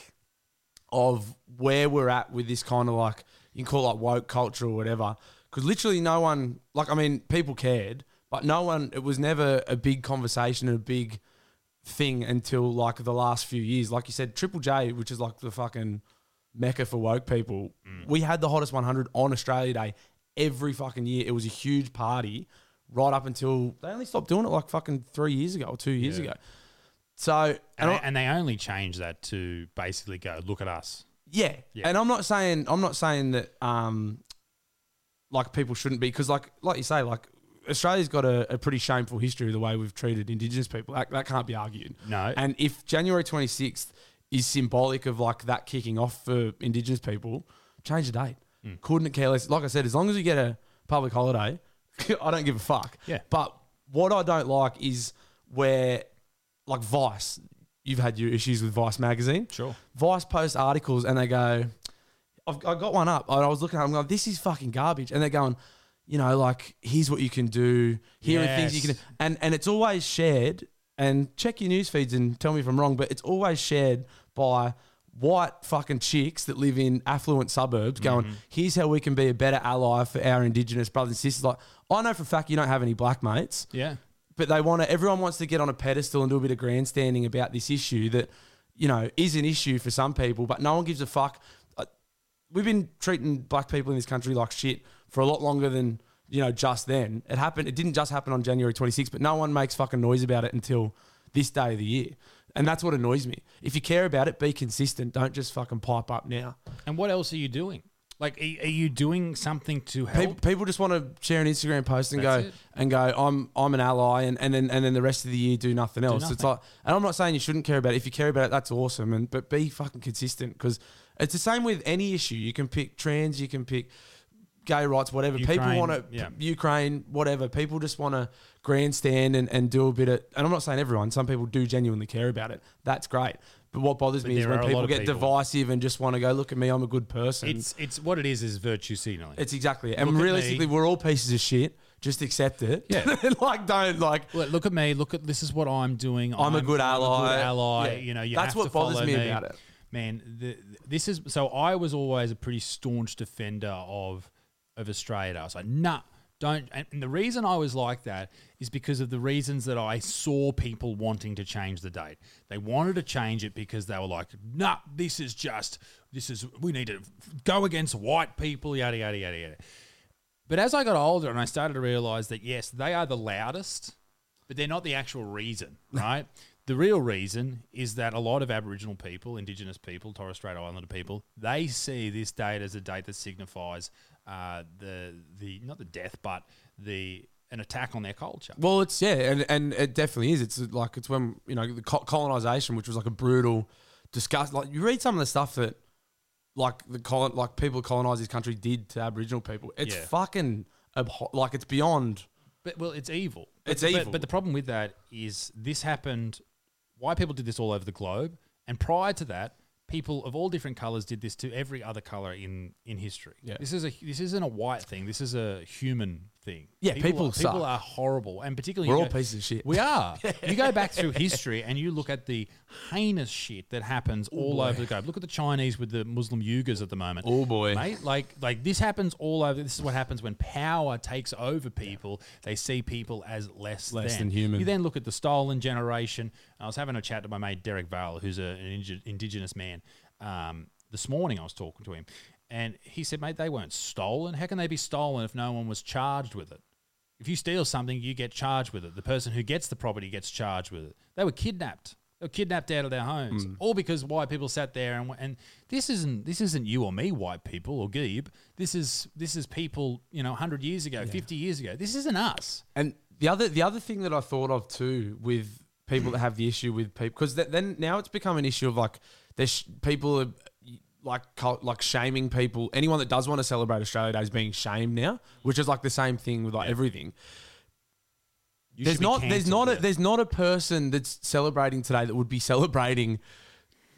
Speaker 3: of where we're at with this kind of like, you can call it like woke culture or whatever. Because literally no one, like, I mean, people cared, but no one, it was never a big conversation, a big thing until like the last few years. Like you said, Triple J, which is like the fucking mecca for woke people, we had the hottest 100 on Australia Day every fucking year. It was a huge party right up until they only stopped doing it like fucking three years ago or two years ago. So, and,
Speaker 2: And,
Speaker 3: I-
Speaker 2: they, and they only changed that to basically go, look at us.
Speaker 3: yeah.
Speaker 2: Yeah.
Speaker 3: and I'm not saying I'm not saying that um, like people shouldn't be because like like you say like Australia's got a, a pretty shameful history of the way we've treated Indigenous people. That, that can't be argued.
Speaker 2: No.
Speaker 3: And if January 26th is symbolic of like that kicking off for Indigenous people, change the date.
Speaker 2: Hmm.
Speaker 3: Couldn't care less. Like I said, as long as we get a public holiday, I don't give a fuck.
Speaker 2: Yeah.
Speaker 3: But what I don't like is where like Vice. You've had your issues with Vice magazine.
Speaker 2: Sure.
Speaker 3: Vice post articles and they go, I've, I got one up. And I was looking at it, I'm like, this is fucking garbage. And they're going, you know, like, here's what you can do. Here are things you can
Speaker 2: Yes.
Speaker 3: do. And, and it's always shared. And check your news feeds and tell me if I'm wrong, but it's always shared by white fucking chicks that live in affluent suburbs going,
Speaker 2: Mm-hmm.
Speaker 3: here's how we can be a better ally for our indigenous brothers and sisters. Like, I know for a fact you don't have any black mates
Speaker 2: Yeah.
Speaker 3: but they want to everyone wants to get on a pedestal and do a bit of grandstanding about this issue that you know is an issue for some people but no one gives a fuck Uh, we've been treating black people in this country like shit for a lot longer than you know just then it happened it didn't just happen on january 26th but no one makes fucking noise about it until this day of the year and that's what annoys me if you care about it be consistent don't just fucking pipe up now
Speaker 2: And what else are you doing? Like, are, are you doing something to
Speaker 3: people,
Speaker 2: help?
Speaker 3: people just want to share an Instagram post and
Speaker 2: That's
Speaker 3: go
Speaker 2: it.
Speaker 3: and go. I'm I'm an ally, and, and then and then the rest of the year do nothing else. It's
Speaker 2: nothing.
Speaker 3: like, and I'm not saying you shouldn't care about it. If you care about it, that's awesome. And but be fucking consistent because it's the same with any issue. You can pick trans, you can pick gay rights, whatever. people
Speaker 2: Ukraine,
Speaker 3: want to
Speaker 2: yeah.
Speaker 3: Ukraine, whatever. People just want to grandstand and, and do a bit of. And I'm not saying everyone. Some people do genuinely care about it. That's great. But what bothers me is
Speaker 2: there
Speaker 3: when
Speaker 2: are a lot
Speaker 3: people
Speaker 2: of
Speaker 3: get
Speaker 2: people.
Speaker 3: divisive and just want to go, look at me, I'm a good person.
Speaker 2: It's it's what it is is virtue signaling.
Speaker 3: It's exactly it. And
Speaker 2: Look at
Speaker 3: realistically,
Speaker 2: me.
Speaker 3: we're all pieces of shit. Just accept it.
Speaker 2: Yeah.
Speaker 3: like, don't like.
Speaker 2: look, look at me. Look at this is what I'm doing.
Speaker 3: I'm a good ally.
Speaker 2: ally.
Speaker 3: Yeah.
Speaker 2: You know, you
Speaker 3: That's
Speaker 2: have
Speaker 3: what
Speaker 2: to
Speaker 3: bothers
Speaker 2: follow
Speaker 3: me about it.
Speaker 2: Man, the, this is so. I was always a pretty staunch defender of of Australia. Day. I was like, nah, don't. And, and the reason I was like that is because of the reasons that I saw people wanting to change the date. They wanted to change it because they were like, nah, this is just this is we need to go against white people. Yada yada yada yada. But as I got older and I started to realize that yes, they are the loudest, but they're not the actual reason, right? the real reason is that a lot of Aboriginal people, Indigenous people, Torres Strait Islander people, they see this date as a date that signifies uh, the the not the death, but the an attack on their culture.
Speaker 3: Well, it's yeah, and and it definitely is. It's like it's when you know the co- colonization, which was like a brutal, disgust. Like you read some of the stuff that, like the colon, like people colonize this country did to Aboriginal people. It's
Speaker 2: Yeah.
Speaker 3: fucking abho- like it's beyond.
Speaker 2: But well, it's evil.
Speaker 3: It's
Speaker 2: but,
Speaker 3: evil.
Speaker 2: But, but the problem with that is this happened. White people did this all over the globe, and prior to that, people of all different colors did this to every other color in in history.
Speaker 3: Yeah.
Speaker 2: This is a this isn't a white thing. This is a human thing.
Speaker 3: Yeah, people
Speaker 2: are,
Speaker 3: suck.
Speaker 2: people are horrible, and particularly
Speaker 3: We're
Speaker 2: you
Speaker 3: all pieces of shit.
Speaker 2: We are. you go back through history and you look at the heinous shit that happens all over the globe. Look at the Chinese with the Muslim Uyghurs at the moment.
Speaker 3: Oh, boy.
Speaker 2: mate! Like like this happens all over. This is what happens when power takes over people. They see people as less
Speaker 3: Less
Speaker 2: than.
Speaker 3: than human.
Speaker 2: You then look at the stolen generation. I was having a chat to my mate Derek Vale, who's a, an indi- indigenous man. Um, this morning I was talking to him, and he said, "Mate, they weren't stolen. How can they be stolen if no one was charged with it? If you steal something, you get charged with it. The person who gets the property gets charged with it. They were kidnapped." They were kidnapped out of their homes,
Speaker 3: Hmm.
Speaker 2: all because white people sat there and w- and this isn't this isn't you or me, white people or Geeb. This is this is people you know, hundred years ago, fifty years ago. This isn't us.
Speaker 3: And the other the other thing that I thought of too with people that have the issue with people because then now it's become an issue of like there's sh- people are like cul- like shaming people. Anyone that does want to celebrate Australia Day is being shamed now, which is like the same thing with like everything.
Speaker 2: You
Speaker 3: there's
Speaker 2: should be
Speaker 3: not there's
Speaker 2: cancelled,
Speaker 3: not a,
Speaker 2: yeah.
Speaker 3: there's not a person that's celebrating today that would be celebrating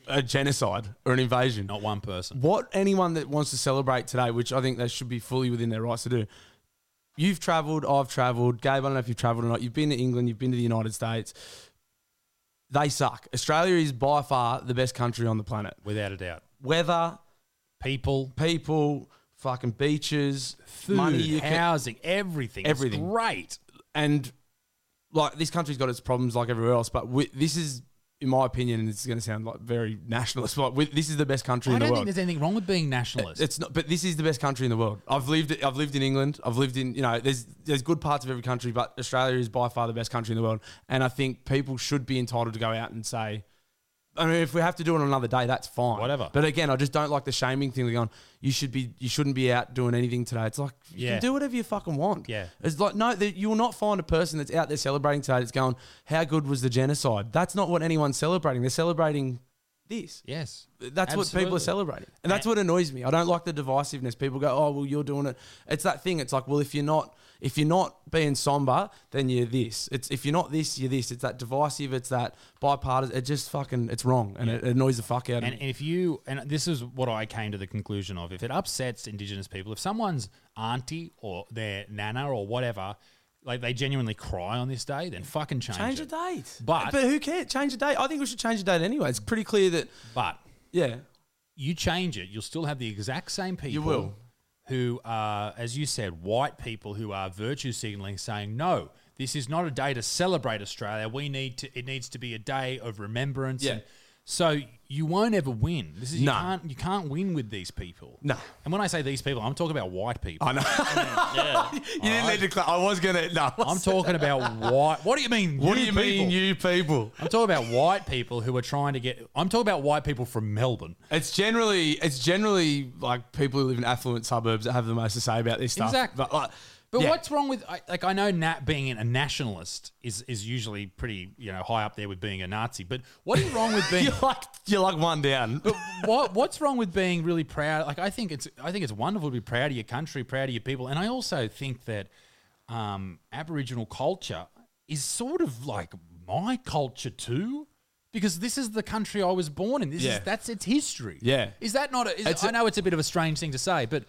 Speaker 3: a genocide or an invasion.
Speaker 2: Not one person.
Speaker 3: What anyone that wants to celebrate today, which I think they should be fully within their rights to do. You've travelled, I've travelled. Gabe, I don't know if you've travelled or not. You've been to England, you've been to the United States. They suck. Australia is by far the best country on the planet.
Speaker 2: Without a doubt.
Speaker 3: Weather,
Speaker 2: People,
Speaker 3: people, fucking beaches,
Speaker 2: food,
Speaker 3: money, you can-
Speaker 2: housing, everything. It's
Speaker 3: Everything.
Speaker 2: great.
Speaker 3: and like this country's got its problems like everywhere else, but we, this is, in my opinion, and it's going to sound like very nationalist, but we, this is the best country
Speaker 2: I
Speaker 3: in the
Speaker 2: don't think
Speaker 3: world.
Speaker 2: there's anything wrong with being nationalist.
Speaker 3: It's not, but this is the best country in the world. I've lived, I've lived in England. I've lived in, you know, there's there's good parts of every country, but Australia is by far the best country in the world. And I think people should be entitled to go out and say, I mean, if we have to do it on another day, that's fine.
Speaker 2: Whatever.
Speaker 3: But again, I just don't like the shaming thing. They're going, you should be, you shouldn't be out doing anything today. It's like you
Speaker 2: Yeah.
Speaker 3: can do whatever you fucking want.
Speaker 2: Yeah.
Speaker 3: It's like no, that you will not find a person that's out there celebrating today that's going, how good was the genocide? That's not what anyone's celebrating. They're celebrating this.
Speaker 2: yes.
Speaker 3: That's what people are
Speaker 2: Absolutely.
Speaker 3: celebrating. And that's what annoys me. I don't like the divisiveness. People go, "Oh, well, you're doing it." It's that thing. It's like, well, if you're not if you're not being somber, then you're this. It's if you're not this, you're this. It's that divisive. It's that bipartisan. It just fucking it's wrong, and it, it annoys the fuck out of
Speaker 2: And
Speaker 3: me.
Speaker 2: if you, and this is what I came to the conclusion of, if it upsets Indigenous people, if someone's auntie or their nana or whatever, like they genuinely cry on this day, then fucking change,
Speaker 3: Change the
Speaker 2: it.
Speaker 3: date.
Speaker 2: But-
Speaker 3: but who cares? Change the date. I think we should change the date anyway. It's pretty clear that
Speaker 2: But
Speaker 3: yeah,
Speaker 2: you change it, you'll still have the exact same people.
Speaker 3: will.
Speaker 2: Who are, as you said, white people who are virtue signaling, saying no. This is not a day to celebrate Australia. We need to. It needs to be a day of remembrance.
Speaker 3: Yeah.
Speaker 2: And so you won't ever win. This is you
Speaker 3: No.
Speaker 2: can't. You can't win with these people.
Speaker 3: No.
Speaker 2: And when I say these people, I'm talking about white people.
Speaker 3: I know. you didn't need to. Cla- I was gonna. No.
Speaker 2: I'm talking about white. What do you mean?
Speaker 3: What do
Speaker 2: you
Speaker 3: you mean,
Speaker 2: people?
Speaker 3: you people?
Speaker 2: I'm talking about white people who are trying to get. I'm talking about white people from Melbourne.
Speaker 3: It's generally it's generally like people who live in affluent suburbs that have the most to say about this stuff.
Speaker 2: Exactly.
Speaker 3: But like,
Speaker 2: But
Speaker 3: yeah.
Speaker 2: what's wrong with I- like I know Nat being a nationalist is is usually pretty you know high up there with being a Nazi. But what is wrong with being
Speaker 3: you're like you're like one down.
Speaker 2: what what's wrong with being really proud? Like I think it's I think it's wonderful to be proud of your country, proud of your people, and I also think that um, Aboriginal culture is sort of like my culture too. Because this is the country I was born in. This
Speaker 3: Yeah.
Speaker 2: is that's its history.
Speaker 3: Yeah.
Speaker 2: is that not? A, is,
Speaker 3: It's
Speaker 2: I
Speaker 3: a-
Speaker 2: know it's a bit of a strange thing to say, but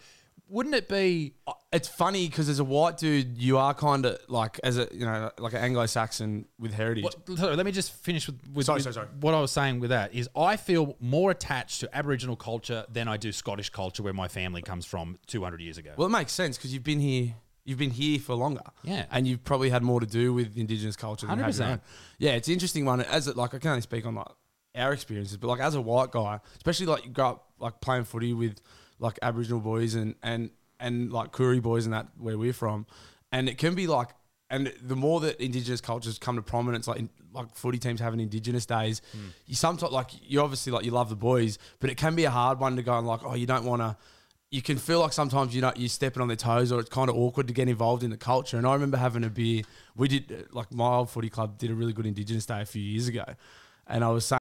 Speaker 2: wouldn't it be?
Speaker 3: it's funny because as a white dude, you are kind of like as a you know like an Anglo-Saxon with heritage.
Speaker 2: What, sorry, let me just finish with, with,
Speaker 3: Sorry,
Speaker 2: with
Speaker 3: sorry, sorry.
Speaker 2: what I was saying with that is I feel more attached to Aboriginal culture than I do Scottish culture, where my family comes from 200 years ago.
Speaker 3: Well, it makes sense because you've been here. You've been here for longer,
Speaker 2: Yeah.
Speaker 3: and you've probably had more to do with indigenous culture than you have your
Speaker 2: 100%.
Speaker 3: own. Yeah, it's an interesting one. As it, like I can only speak on like our experiences, but like as a white guy, especially like you grow up like playing footy with like Aboriginal boys and and and like Koori boys and that where we're from, and it can be like. And the more that indigenous cultures come to prominence, like in, like footy teams having indigenous days,
Speaker 2: Hmm.
Speaker 3: you sometimes like you obviously like you love the boys, but it can be a hard one to go and like oh you don't want to you can feel like sometimes you know you're stepping on their toes or it's kind of awkward to get involved in the culture. And I remember having a beer. We did uh, like my old footy club did a really good Indigenous Day a few years ago, and I was saying.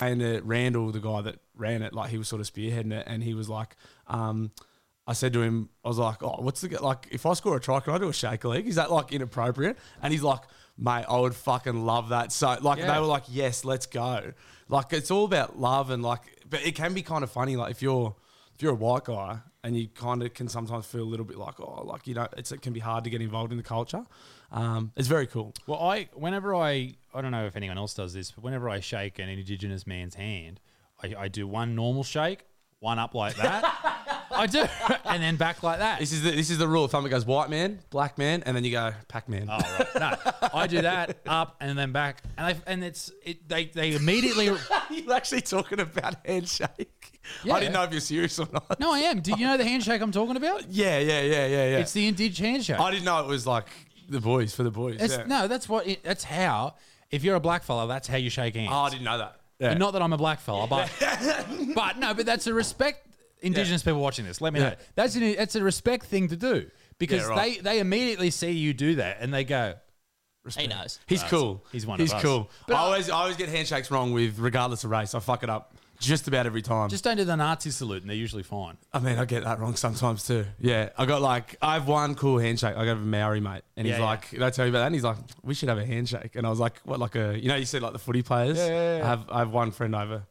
Speaker 3: and uh, Randall, the guy that ran it, like he was sort of spearheading it, and he was like, um, I said to him, I was like, oh, what's the g- like? If I score a try, can I do a shaker leg? Is that like inappropriate? And he's like, mate, I would fucking love that. So like,
Speaker 2: Yeah.
Speaker 3: they were like, yes, let's go. Like it's all about love and like, but it can be kind of funny, like if you're if you're a white guy and you kind of can sometimes feel a little bit like, oh, like, you know, it's, it can be hard to get involved in the culture. Um, it's very cool.
Speaker 2: Well, I whenever I I don't know if anyone else does this, but whenever I shake an indigenous man's hand, I, I do one normal shake, one up like that. I do, and then back like that.
Speaker 3: This is the, this is the rule of thumb. It goes white man, black man, and then you go Pac Man.
Speaker 2: Oh, right. No, I do that up and then back, and I, and it's it, they they immediately.
Speaker 3: You're actually talking about handshake.
Speaker 2: Yeah.
Speaker 3: I didn't know if you're serious or not.
Speaker 2: No, I am. Do you know the handshake I'm talking about?
Speaker 3: Yeah, yeah, yeah, yeah, yeah.
Speaker 2: It's the indig handshake.
Speaker 3: I didn't know it was like the boys for the boys.
Speaker 2: It's,
Speaker 3: yeah.
Speaker 2: No, that's what. It, that's how. If you're a black fella, that's how you shake hands.
Speaker 3: Oh, I didn't know that.
Speaker 2: And not that I'm a black fella, but but no, but that's a respect. Indigenous people watching this, let me
Speaker 3: Yeah.
Speaker 2: know. That's an, that's a respect thing to do because
Speaker 3: Yeah, right.
Speaker 2: they they immediately see you do that and they go,
Speaker 4: He knows.
Speaker 3: He's cool.
Speaker 2: he's one of
Speaker 3: He's
Speaker 2: us.
Speaker 3: cool.
Speaker 2: But
Speaker 3: I
Speaker 2: I-
Speaker 3: always, I always get handshakes wrong with regardless of race. I fuck it up just about every time.
Speaker 2: just don't do the Nazi salute, and they're usually fine.
Speaker 3: I mean, I get that wrong sometimes too. Yeah, I got like I have one cool handshake. I got a Maori mate, and he's
Speaker 2: Yeah, yeah.
Speaker 3: like, "Did I tell you about that?" And he's like, "We should have a handshake." And I was like, "What? Like a you know you said like the footy players?
Speaker 2: Yeah, yeah, yeah.
Speaker 3: I have I have one friend over.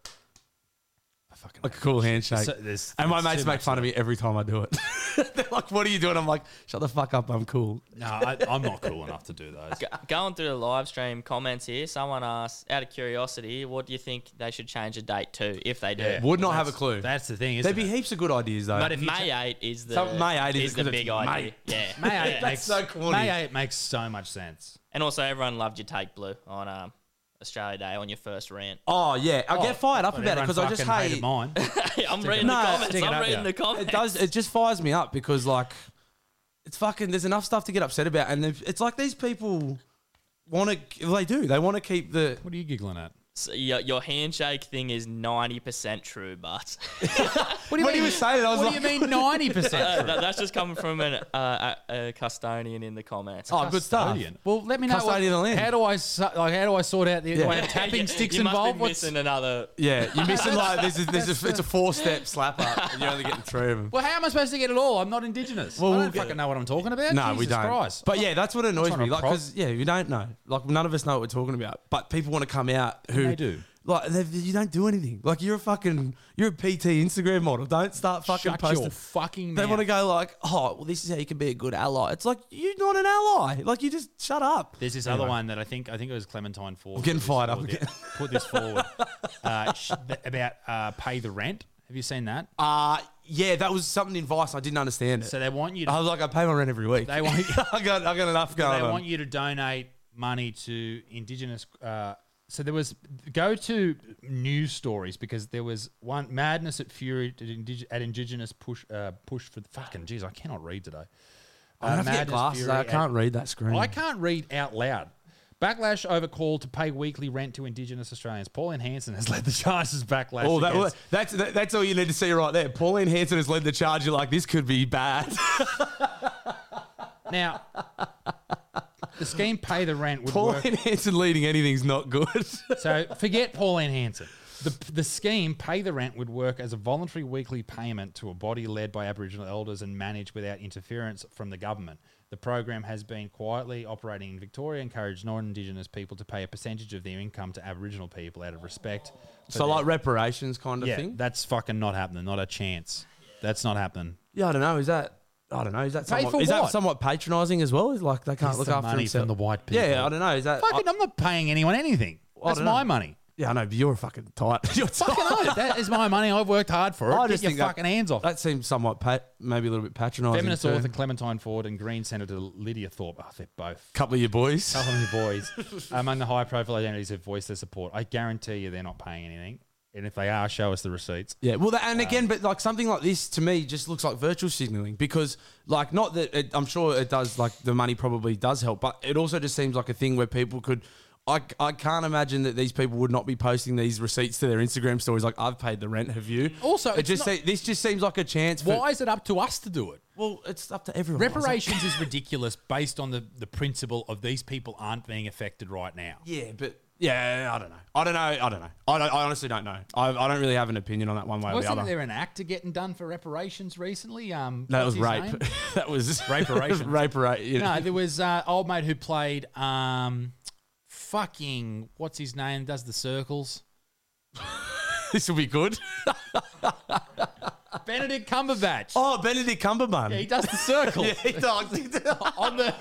Speaker 2: I fucking
Speaker 3: Like a cool handshake.
Speaker 2: So there's-
Speaker 3: and my
Speaker 2: there's
Speaker 3: mates
Speaker 2: too
Speaker 3: make
Speaker 2: much
Speaker 3: fun of me every time I do it. They're like, "What are you doing?" I'm like, "Shut the fuck up! I'm cool."
Speaker 2: no, I, I'm not cool enough to do those.
Speaker 4: Go- Going through the live stream comments here, someone asked, out of curiosity, what do you think they should change the date to if they do?
Speaker 2: Yeah.
Speaker 3: Would not
Speaker 2: That's-
Speaker 3: have a clue.
Speaker 2: That's the thing.
Speaker 3: There'd
Speaker 2: Isn't
Speaker 3: be
Speaker 2: it?
Speaker 3: heaps of good ideas though.
Speaker 4: But if
Speaker 2: you
Speaker 4: May
Speaker 2: cha-
Speaker 4: 8 is the,
Speaker 3: Some- May 8 is
Speaker 4: the
Speaker 3: because it's
Speaker 4: big idea.
Speaker 3: May.
Speaker 4: Yeah.
Speaker 2: May eight
Speaker 4: Yeah.
Speaker 2: makes
Speaker 3: so corny.
Speaker 2: May eight makes so much sense.
Speaker 4: And also, everyone loved your take, Blue, on um, Australia Day on your first rant.
Speaker 3: oh yeah, I get fired up
Speaker 2: But
Speaker 3: about it
Speaker 2: everyone
Speaker 3: because I just
Speaker 2: fucking
Speaker 3: hate.
Speaker 2: hated mine.
Speaker 4: I'm reading
Speaker 3: No,
Speaker 4: the comments.
Speaker 2: stick it
Speaker 4: I'm
Speaker 2: up,
Speaker 4: reading
Speaker 2: yeah.
Speaker 4: the comments.
Speaker 3: It does. It just fires me up because like it's fucking. There's enough stuff to get upset about, and if- it's like these people want to. They do. They want to keep the.
Speaker 2: What are you giggling at?
Speaker 4: So your, your handshake thing is 90% true, but
Speaker 2: What do you
Speaker 3: When he was saying it, I was
Speaker 2: what do
Speaker 3: like-
Speaker 2: you mean ninety percent?
Speaker 4: that, that's just coming from an, uh, a, a custodian in the comments.
Speaker 3: Oh, good stuff.
Speaker 2: Custodian. Well, let me know. What,
Speaker 3: Custodian of the land.
Speaker 2: how do I so- like? How do I sort out the do I have tapping
Speaker 4: You-
Speaker 2: sticks
Speaker 4: you must
Speaker 2: involved?
Speaker 4: Be
Speaker 2: What's,
Speaker 4: missing another.
Speaker 3: Yeah, you're missing like there's a, there's a, it's a four step slap up, and you're only getting three of them.
Speaker 2: well, how am I supposed to get it all? I'm not indigenous.
Speaker 3: Well,
Speaker 2: I
Speaker 3: we'll
Speaker 2: don't
Speaker 3: get-
Speaker 2: fucking know what I'm talking about.
Speaker 3: No,
Speaker 2: Jesus
Speaker 3: we don't.
Speaker 2: Christ.
Speaker 3: But yeah, that's what annoys
Speaker 2: I'm not
Speaker 3: me. Like,
Speaker 2: prop-
Speaker 3: because yeah, you don't know. Like, none of us know what we're talking about. But people want to come out who
Speaker 2: They do.
Speaker 3: Like, they- you don't do anything. Like, you're a fucking you're a PT Instagram model. Don't start fucking
Speaker 2: Shut
Speaker 3: posting.
Speaker 2: your fucking
Speaker 3: They
Speaker 2: mouth.
Speaker 3: want to go like, oh, well, this is how you can be a good ally. It's like you're not an ally. Like, you just shut up.
Speaker 2: There's this other one that I think I think it was Clementine Ford.
Speaker 3: I'm
Speaker 2: put
Speaker 3: getting
Speaker 2: this
Speaker 3: fired up
Speaker 2: forward
Speaker 3: again.
Speaker 2: there. Put this forward uh, sh- th- about uh, pay the rent. Have you seen that?
Speaker 3: Uh yeah, that was something in Vice. I didn't understand it.
Speaker 2: So they want you to
Speaker 3: I was like, I pay my rent every week.
Speaker 2: They want-
Speaker 3: I got I got enough going
Speaker 2: they
Speaker 3: on.
Speaker 2: want you to donate money to indigenous. Uh, so there was go to news stories because there was one madness at Fury at, indig- at indigenous push uh, push for the fucking. Jeez, I cannot read today.
Speaker 3: I'm gonna have to get
Speaker 2: Madness
Speaker 3: glasses.
Speaker 2: Fury
Speaker 3: I can't
Speaker 2: at-
Speaker 3: read that screen.
Speaker 2: I can't read out loud. Backlash over call to pay weekly rent to Indigenous Australians. Pauline Hanson has led the charges backlash.
Speaker 3: Oh, that,
Speaker 2: against-
Speaker 3: that's that, that's all you need to see right there. Pauline Hanson has led the charge. You're like, this could be bad.
Speaker 2: now, the scheme pay the rent would work.
Speaker 3: Pauline Hanson leading anything's not good.
Speaker 2: So forget Pauline Hanson. The, the scheme, Pay the Rent, would work as a voluntary weekly payment to a body led by Aboriginal elders and managed without interference from the government. The program has been quietly operating in Victoria, encouraged non Indigenous people to pay a percentage of their income to Aboriginal people out of respect. for
Speaker 3: so
Speaker 2: their-
Speaker 3: like reparations kind of
Speaker 2: yeah,
Speaker 3: thing.
Speaker 2: that's fucking not happening. Not a chance. That's not happening.
Speaker 3: yeah, I don't know. Is that I don't know. Is that
Speaker 2: Pay
Speaker 3: somewhat,
Speaker 2: for
Speaker 3: is
Speaker 2: what?
Speaker 3: that somewhat patronising as well? Is like they can't
Speaker 2: It's
Speaker 3: look
Speaker 2: the
Speaker 3: after
Speaker 2: money
Speaker 3: themselves.
Speaker 2: from the white people.
Speaker 3: Yeah, yeah, I don't know. Is that
Speaker 2: Fucking,
Speaker 3: I,
Speaker 2: I'm not paying anyone anything.
Speaker 3: I
Speaker 2: That's
Speaker 3: don't know.
Speaker 2: my money.
Speaker 3: yeah, I know. But you're fucking tight. You're
Speaker 2: Fucking
Speaker 3: tight.
Speaker 2: oath. that is my money. I've worked hard for it.
Speaker 3: I
Speaker 2: Get
Speaker 3: just
Speaker 2: your
Speaker 3: think that-
Speaker 2: fucking hands off. it.
Speaker 3: That seems somewhat pat, maybe a little bit patronising.
Speaker 2: Feminist
Speaker 3: too.
Speaker 2: author Clementine Ford and Green Senator Lydia Thorpe. Oh, they're both
Speaker 3: couple of your boys.
Speaker 2: couple of your boys among the high profile identities who've voiced their support. I guarantee you they're not paying anything. And if they are, show us the receipts.
Speaker 3: Yeah, well, that, and
Speaker 2: Um,
Speaker 3: again, but like something like this to me just looks like virtual signaling because, like, not that it, I'm sure it does, like, the money probably does help, but it also just seems like a thing where people could. I, I can't imagine that these people would not be posting these receipts to their Instagram stories like I've paid the rent. Have you?
Speaker 2: Also,
Speaker 3: it
Speaker 2: it's
Speaker 3: just
Speaker 2: not-
Speaker 3: se- this just seems like a chance. For,
Speaker 2: Why is it up to us to do it?
Speaker 3: Well, it's up to everyone.
Speaker 2: Reparations is ridiculous based on the, the principle of these people aren't being affected right now.
Speaker 3: Yeah, but yeah, I don't know. I don't know. I don't know. I, don't, I honestly don't know. I, I don't really have an opinion on that one way or the
Speaker 2: Wasn't
Speaker 3: other.
Speaker 2: there an actor getting done for reparations recently? Um,
Speaker 3: No, that was
Speaker 2: what's his
Speaker 3: rape.
Speaker 2: name?
Speaker 3: that was
Speaker 2: Reparations.
Speaker 3: rape, rape. You know.
Speaker 2: No, there was uh, old mate who played um, fucking what's his name? Does the circles?
Speaker 3: this will be good.
Speaker 2: Benedict Cumberbatch.
Speaker 3: Oh, Benedict Cumberbatch.
Speaker 2: He does the circle
Speaker 3: Yeah, he does. He does.
Speaker 2: on the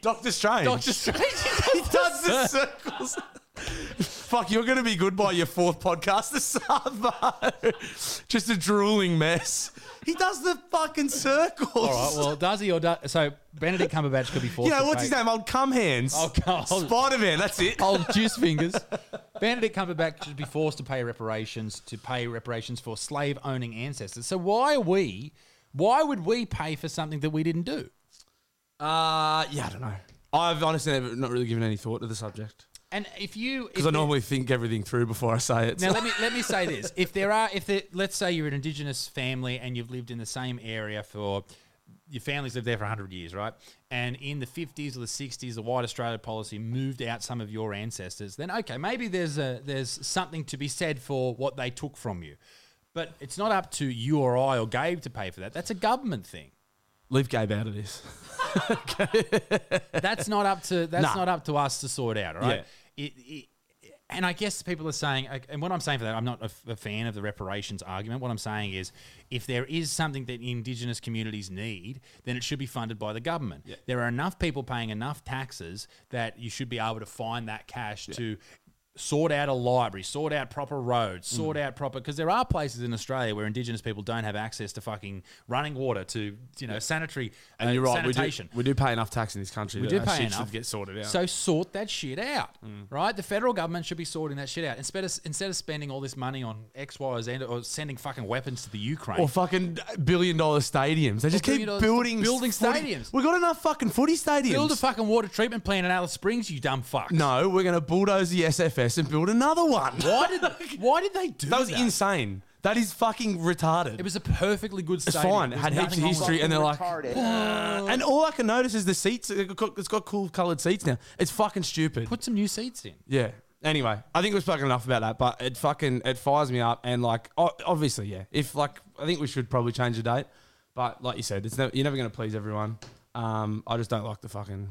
Speaker 3: Doctor Strange.
Speaker 2: Doctor Strange.
Speaker 3: he does the circles. Fuck, you're going to be good by your fourth podcast this summer. Just a drooling mess. He does the fucking circles.
Speaker 2: All right. Well, does he or does so? Benedict Cumberbatch could be forced.
Speaker 3: you know,
Speaker 2: to
Speaker 3: what's
Speaker 2: take-
Speaker 3: his name? Old cum hands.
Speaker 2: Oh, come on.
Speaker 3: Spider Man, that's it.
Speaker 2: old juice fingers. Benedict Cumberbatch should be forced to pay reparations to pay reparations for slave owning ancestors. So why are we? Why would we pay for something that we didn't do?
Speaker 3: Uh, yeah, I don't know. I've honestly never, not really given any thought to the subject
Speaker 2: And if you, if
Speaker 3: because I
Speaker 2: you-
Speaker 3: normally think everything through before I say it.
Speaker 2: now let me let me say this: if there are, if there, let's say you're an Indigenous family and you've lived in the same area for your family's lived there for 100 years, right? And in the 50s or the 60s, the White Australia policy moved out some of your ancestors. Then okay, maybe there's a there's something to be said for what they took from you, but it's not up to you or I or Gabe to pay for that. That's a government thing.
Speaker 3: Leave Gabe out of this.
Speaker 2: that's not up to that's
Speaker 3: Nah.
Speaker 2: not up to us to sort out, all right?
Speaker 3: Yeah.
Speaker 2: It, it, and I guess people are saying, and what I'm saying for that, I'm not a, f- a fan of the reparations argument. What I'm saying is, if there is something that Indigenous communities need, then it should be funded by the government. There are enough people paying enough taxes that you should be able to find that cash to sort out a library, sort out proper roads,
Speaker 3: Mm.
Speaker 2: sort out proper because there are places in Australia where Indigenous people don't have access to fucking running water, to you know sanitary
Speaker 3: And
Speaker 2: uh,
Speaker 3: you're right. We do,
Speaker 2: sanitation.
Speaker 3: we do pay enough tax in this country.
Speaker 2: We
Speaker 3: that
Speaker 2: do
Speaker 3: that
Speaker 2: pay
Speaker 3: shit
Speaker 2: enough.
Speaker 3: Should get sorted out. Mm.
Speaker 2: So sort that shit out, right? The federal government should be sorting that shit out instead of instead of spending all this money on X, Y, or Z, or sending fucking weapons to the Ukraine.
Speaker 3: or fucking billion dollar stadiums. They just keep
Speaker 2: billion dollar-
Speaker 3: building
Speaker 2: building
Speaker 3: footy-
Speaker 2: stadiums.
Speaker 3: We got enough fucking footy stadiums.
Speaker 2: Build a fucking water treatment plant in Alice Springs, you dumb fuck.
Speaker 3: no, we're gonna bulldoze the SFS and build another one.
Speaker 2: Why did Why did they do that?
Speaker 3: That was insane. That is fucking retarded.
Speaker 2: It was a perfectly good
Speaker 3: it's
Speaker 2: stadium.
Speaker 3: fine. It
Speaker 2: There was
Speaker 3: had heaps
Speaker 2: nothing
Speaker 3: of
Speaker 2: wrong with
Speaker 3: history,
Speaker 2: it.
Speaker 3: and they're like, and all I can notice is the seats. It's got, it's got cool coloured seats now. It's fucking stupid.
Speaker 2: put some new seats in.
Speaker 3: Yeah. Anyway, I think we've spoken enough about that, but it fucking it fires me up, and like o- obviously, yeah. If like I think we should probably change the date, but like you said, it's never, you're never going to please everyone. Um, I just don't like the fucking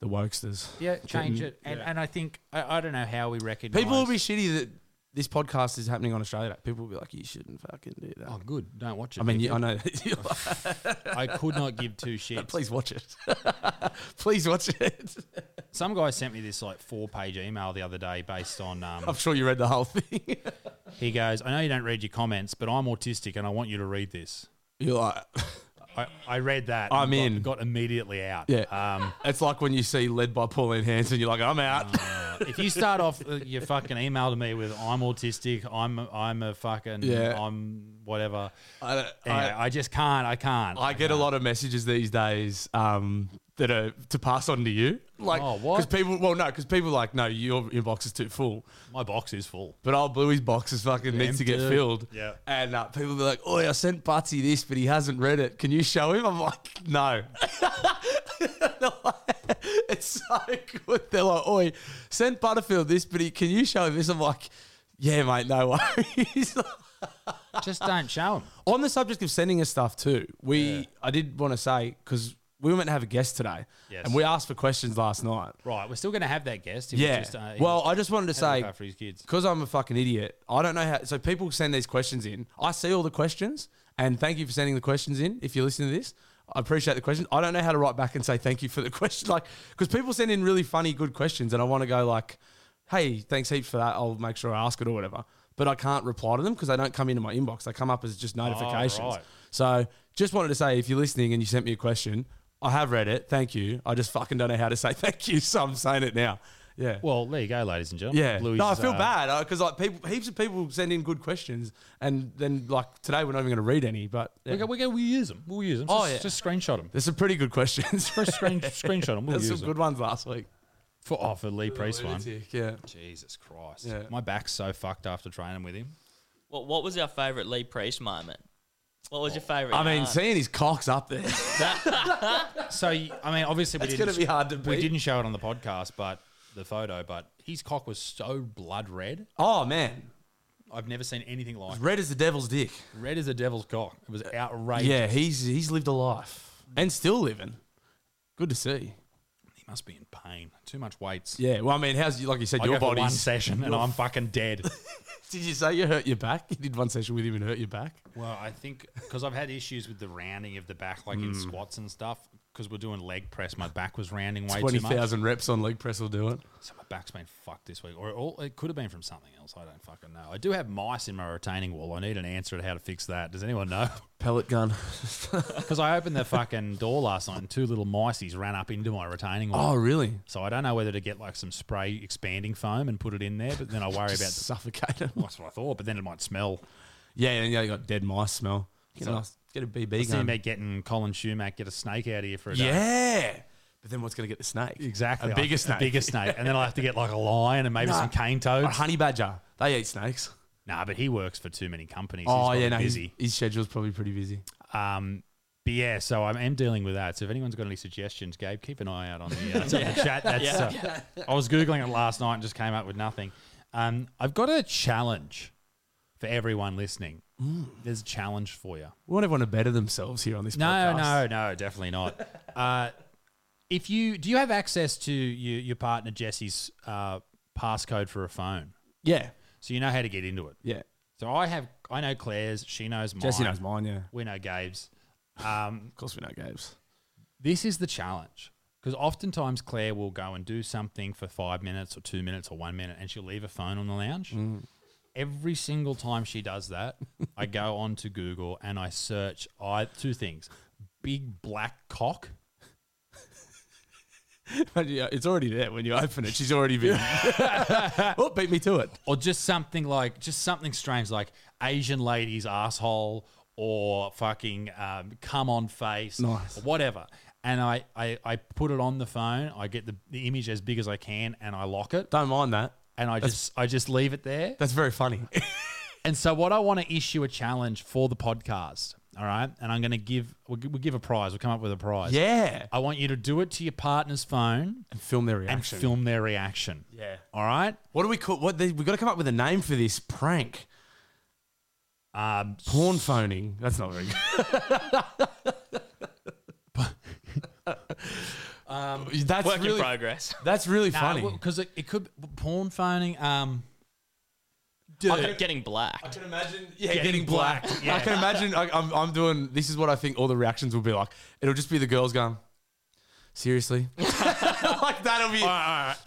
Speaker 3: the wokesters.
Speaker 2: Yeah, change
Speaker 3: Getting-
Speaker 2: it. And, and I think I, I don't know how we recognize
Speaker 3: People will be shitty that this podcast is happening on Australia. Day. People will be like, you shouldn't fucking do that.
Speaker 2: Oh, good. Don't watch it.
Speaker 3: I mean, you, I
Speaker 2: people.
Speaker 3: know. you're like,
Speaker 2: I could not give two shits.
Speaker 3: Please watch it. Please watch it.
Speaker 2: Some guy sent me this like four page email the other day based on um,
Speaker 3: I'm sure you read the whole thing.
Speaker 2: He goes, I know you don't read your comments, but I'm autistic and I want you to read this.
Speaker 3: You're like,
Speaker 2: I, I read that.
Speaker 3: I'm
Speaker 2: and
Speaker 3: in.
Speaker 2: Got, got immediately out.
Speaker 3: yeah.
Speaker 2: Um,
Speaker 3: it's like when you see led by Pauline Hanson, you're like, I'm out.
Speaker 2: if you start off uh, your fucking email to me with "I'm autistic," "I'm I'm a fucking,"
Speaker 3: Yeah.
Speaker 2: "I'm whatever,"
Speaker 3: I, don't-
Speaker 2: anyway,
Speaker 3: I,
Speaker 2: I, just can't. I can't.
Speaker 3: I get a lot of messages these days um, that are to pass on to you. Like,
Speaker 2: Oh, what?
Speaker 3: Because people, well, no, because people are like, no, your inbox is too full.
Speaker 2: My box is full.
Speaker 3: But old Bluey's box is fucking needs to get
Speaker 2: Empty.
Speaker 3: filled.
Speaker 2: Yeah.
Speaker 3: And uh, people be like, oh, I sent Butsy this, but he hasn't read it. Can you show him? I'm like, no. it's so good. They're like, oi, sent Butterfield this, but he, can you show him this? I'm like, yeah, mate, no worries.
Speaker 2: Just don't show them.
Speaker 3: On the subject of sending us stuff too, we I did want to say because we were meant to have a guest today,
Speaker 2: Yes.
Speaker 3: and we asked for questions last night.
Speaker 2: Right, we're still going to have that guest. He was
Speaker 3: Yeah.
Speaker 2: just, uh, he
Speaker 3: well,
Speaker 2: was
Speaker 3: I just wanted
Speaker 2: had
Speaker 3: to say
Speaker 2: a look after his kids.
Speaker 3: because I'm a fucking idiot. I don't know how. So people send these questions in. I see all the questions, and thank you for sending the questions in. If you listen to this, I appreciate the question. I don't know how to write back and say thank you for the question, like because people send in really funny, good questions, and I want to go like, "Hey, thanks heaps for that. I'll make sure I ask it or whatever." But I can't reply to them because they don't come into my inbox. They come up as just notifications.
Speaker 2: Oh, right.
Speaker 3: So just wanted to say, if you're listening and you sent me a question, I have read it. Thank you. I just fucking don't know how to say thank you, so I'm saying it now. Yeah.
Speaker 2: Well, there you go, ladies and gentlemen.
Speaker 3: Yeah.
Speaker 2: Bluey's,
Speaker 3: no, I feel
Speaker 2: uh,
Speaker 3: bad because like people, heaps of people send in good questions, and then like today we're not even going to read any, but yeah.
Speaker 2: We go, we go. We use them. We'll use them.
Speaker 3: Oh,
Speaker 2: just,
Speaker 3: yeah.
Speaker 2: just screenshot them.
Speaker 3: there's some pretty good questions.
Speaker 2: Just screen, screenshot them. We'll
Speaker 3: There's some
Speaker 2: use them.
Speaker 3: good ones last week.
Speaker 2: For, oh, for Lee Priest one.
Speaker 3: Yeah.
Speaker 2: Jesus Christ.
Speaker 3: Yeah.
Speaker 2: My back's so fucked after training with him.
Speaker 4: What, what was our favourite Lee Priest moment? What was your favourite?
Speaker 3: Oh. I mean,
Speaker 4: yarn?
Speaker 3: seeing his cock's up there,
Speaker 2: So, y- I mean, obviously, we
Speaker 3: it's
Speaker 2: didn't,
Speaker 3: going to be hard to
Speaker 2: we
Speaker 3: beat.
Speaker 2: didn't show it on the podcast, but the photo, but his cock was so blood red.
Speaker 3: Oh man,
Speaker 2: I've never seen anything like it.
Speaker 3: red as the devil's dick.
Speaker 2: Red as a devil's cock. It was outrageous.
Speaker 3: Uh, Yeah, he's he's lived a life and still living. Good to see.
Speaker 2: He must be in pain. Too much weights.
Speaker 3: Yeah. Well, I mean, how's like you said,
Speaker 2: I
Speaker 3: your
Speaker 2: go for one
Speaker 3: body's
Speaker 2: session and I'm fucking dead.
Speaker 3: Did you say you hurt your back? You did one session with him and hurt your back.
Speaker 2: Well, I think because I've had issues with the rounding of the back, like in
Speaker 3: Hmm.
Speaker 2: squats and stuff, because we're doing leg press, my back was rounding way
Speaker 3: Twenty
Speaker 2: too much.
Speaker 3: thousand reps on leg press will do it.
Speaker 2: So my back's been fucked this week, or it all, it could have been from something else. I don't fucking know. I do have mice in my retaining wall. I need an answer to how to fix that. Does anyone know?
Speaker 3: Pellet gun.
Speaker 2: Because I opened the fucking door last night and two little miceies ran up into my retaining wall.
Speaker 3: oh, really?
Speaker 2: So I don't know whether to get like some spray expanding foam and put it in there, but then I worry about the.
Speaker 3: Suffocate 'em.
Speaker 2: That's what I thought, but then it might smell.
Speaker 3: Yeah, and yeah, you got dead mice smell. Get, a, nice- get a BB
Speaker 2: I was
Speaker 3: gun.
Speaker 2: thinking about getting Colin Schumack, get a snake out of here for a day.
Speaker 3: yeah. But then what's going to get the snake?
Speaker 2: Exactly.
Speaker 3: A bigger
Speaker 2: I-
Speaker 3: snake.
Speaker 2: A bigger snake. And then I'll have to get like a lion and maybe
Speaker 3: Nah.
Speaker 2: some cane
Speaker 3: Or a
Speaker 2: toads.
Speaker 3: honey badger. They eat snakes.
Speaker 2: Nah, but he works for too many companies.
Speaker 3: oh,
Speaker 2: He's
Speaker 3: yeah,
Speaker 2: yeah,
Speaker 3: no.
Speaker 2: busy.
Speaker 3: His, his schedule's probably pretty busy.
Speaker 2: Um, but yeah, so I am dealing with that. So if anyone's got any suggestions, Gabe, keep an eye out on the, uh, on the chat. That's, uh, I was Googling it last night and just came up with nothing. Um, I've got a challenge for everyone listening.
Speaker 3: Mm.
Speaker 2: There's a challenge for you.
Speaker 3: We want everyone to better themselves here on this
Speaker 2: No,
Speaker 3: podcast.
Speaker 2: no, no, definitely not. uh, if you do, you have access to your, your partner Jesse's uh, passcode for a phone,
Speaker 3: Yeah.
Speaker 2: so you know how to get into it.
Speaker 3: Yeah.
Speaker 2: So I have, I know Claire's, she knows mine,
Speaker 3: Jesse knows mine, yeah.
Speaker 2: we know Gabe's. Um,
Speaker 3: Of course we know Gabe's.
Speaker 2: this is the challenge because oftentimes Claire will go and do something for five minutes or two minutes or one minute, and she'll leave her phone on the lounge. Every single time she does that, I go on to Google and I search I two things: big black cock.
Speaker 3: But yeah, it's already there when you open it. She's already been. oh, beat me to it.
Speaker 2: or just something like just something strange like Asian lady's asshole or fucking um, come on face
Speaker 3: Nice.
Speaker 2: or whatever. And I, I, I put it on the phone. I get the, the image as big as I can and I lock it
Speaker 3: Don't mind that.
Speaker 2: and I just I just leave it there.
Speaker 3: That's very funny.
Speaker 2: And so what I want to issue a challenge for the podcast, all right? And I'm going to give we'll, gi- we'll give a prize. We'll come up with a prize.
Speaker 3: yeah.
Speaker 2: I want you to do it to your partner's phone
Speaker 3: And film their
Speaker 2: and
Speaker 3: reaction.
Speaker 2: film their reaction.
Speaker 3: Yeah.
Speaker 2: All right?
Speaker 3: What do we call what they, we got to come up with a name for this prank.
Speaker 2: Um,
Speaker 3: Porn phoning. That's not very good. um, that's
Speaker 4: Work in
Speaker 3: really
Speaker 4: progress.
Speaker 3: that's really funny.
Speaker 2: because it, it could porn phoning. Um,
Speaker 4: I'm getting
Speaker 3: I
Speaker 4: blacked.
Speaker 3: can imagine, yeah,
Speaker 2: Getting
Speaker 3: getting, black.
Speaker 2: blacked, yeah.
Speaker 3: I can imagine. I, I'm, I'm doing. This is what I think all the reactions will be like. It'll just be the girls going, seriously, like that'll be.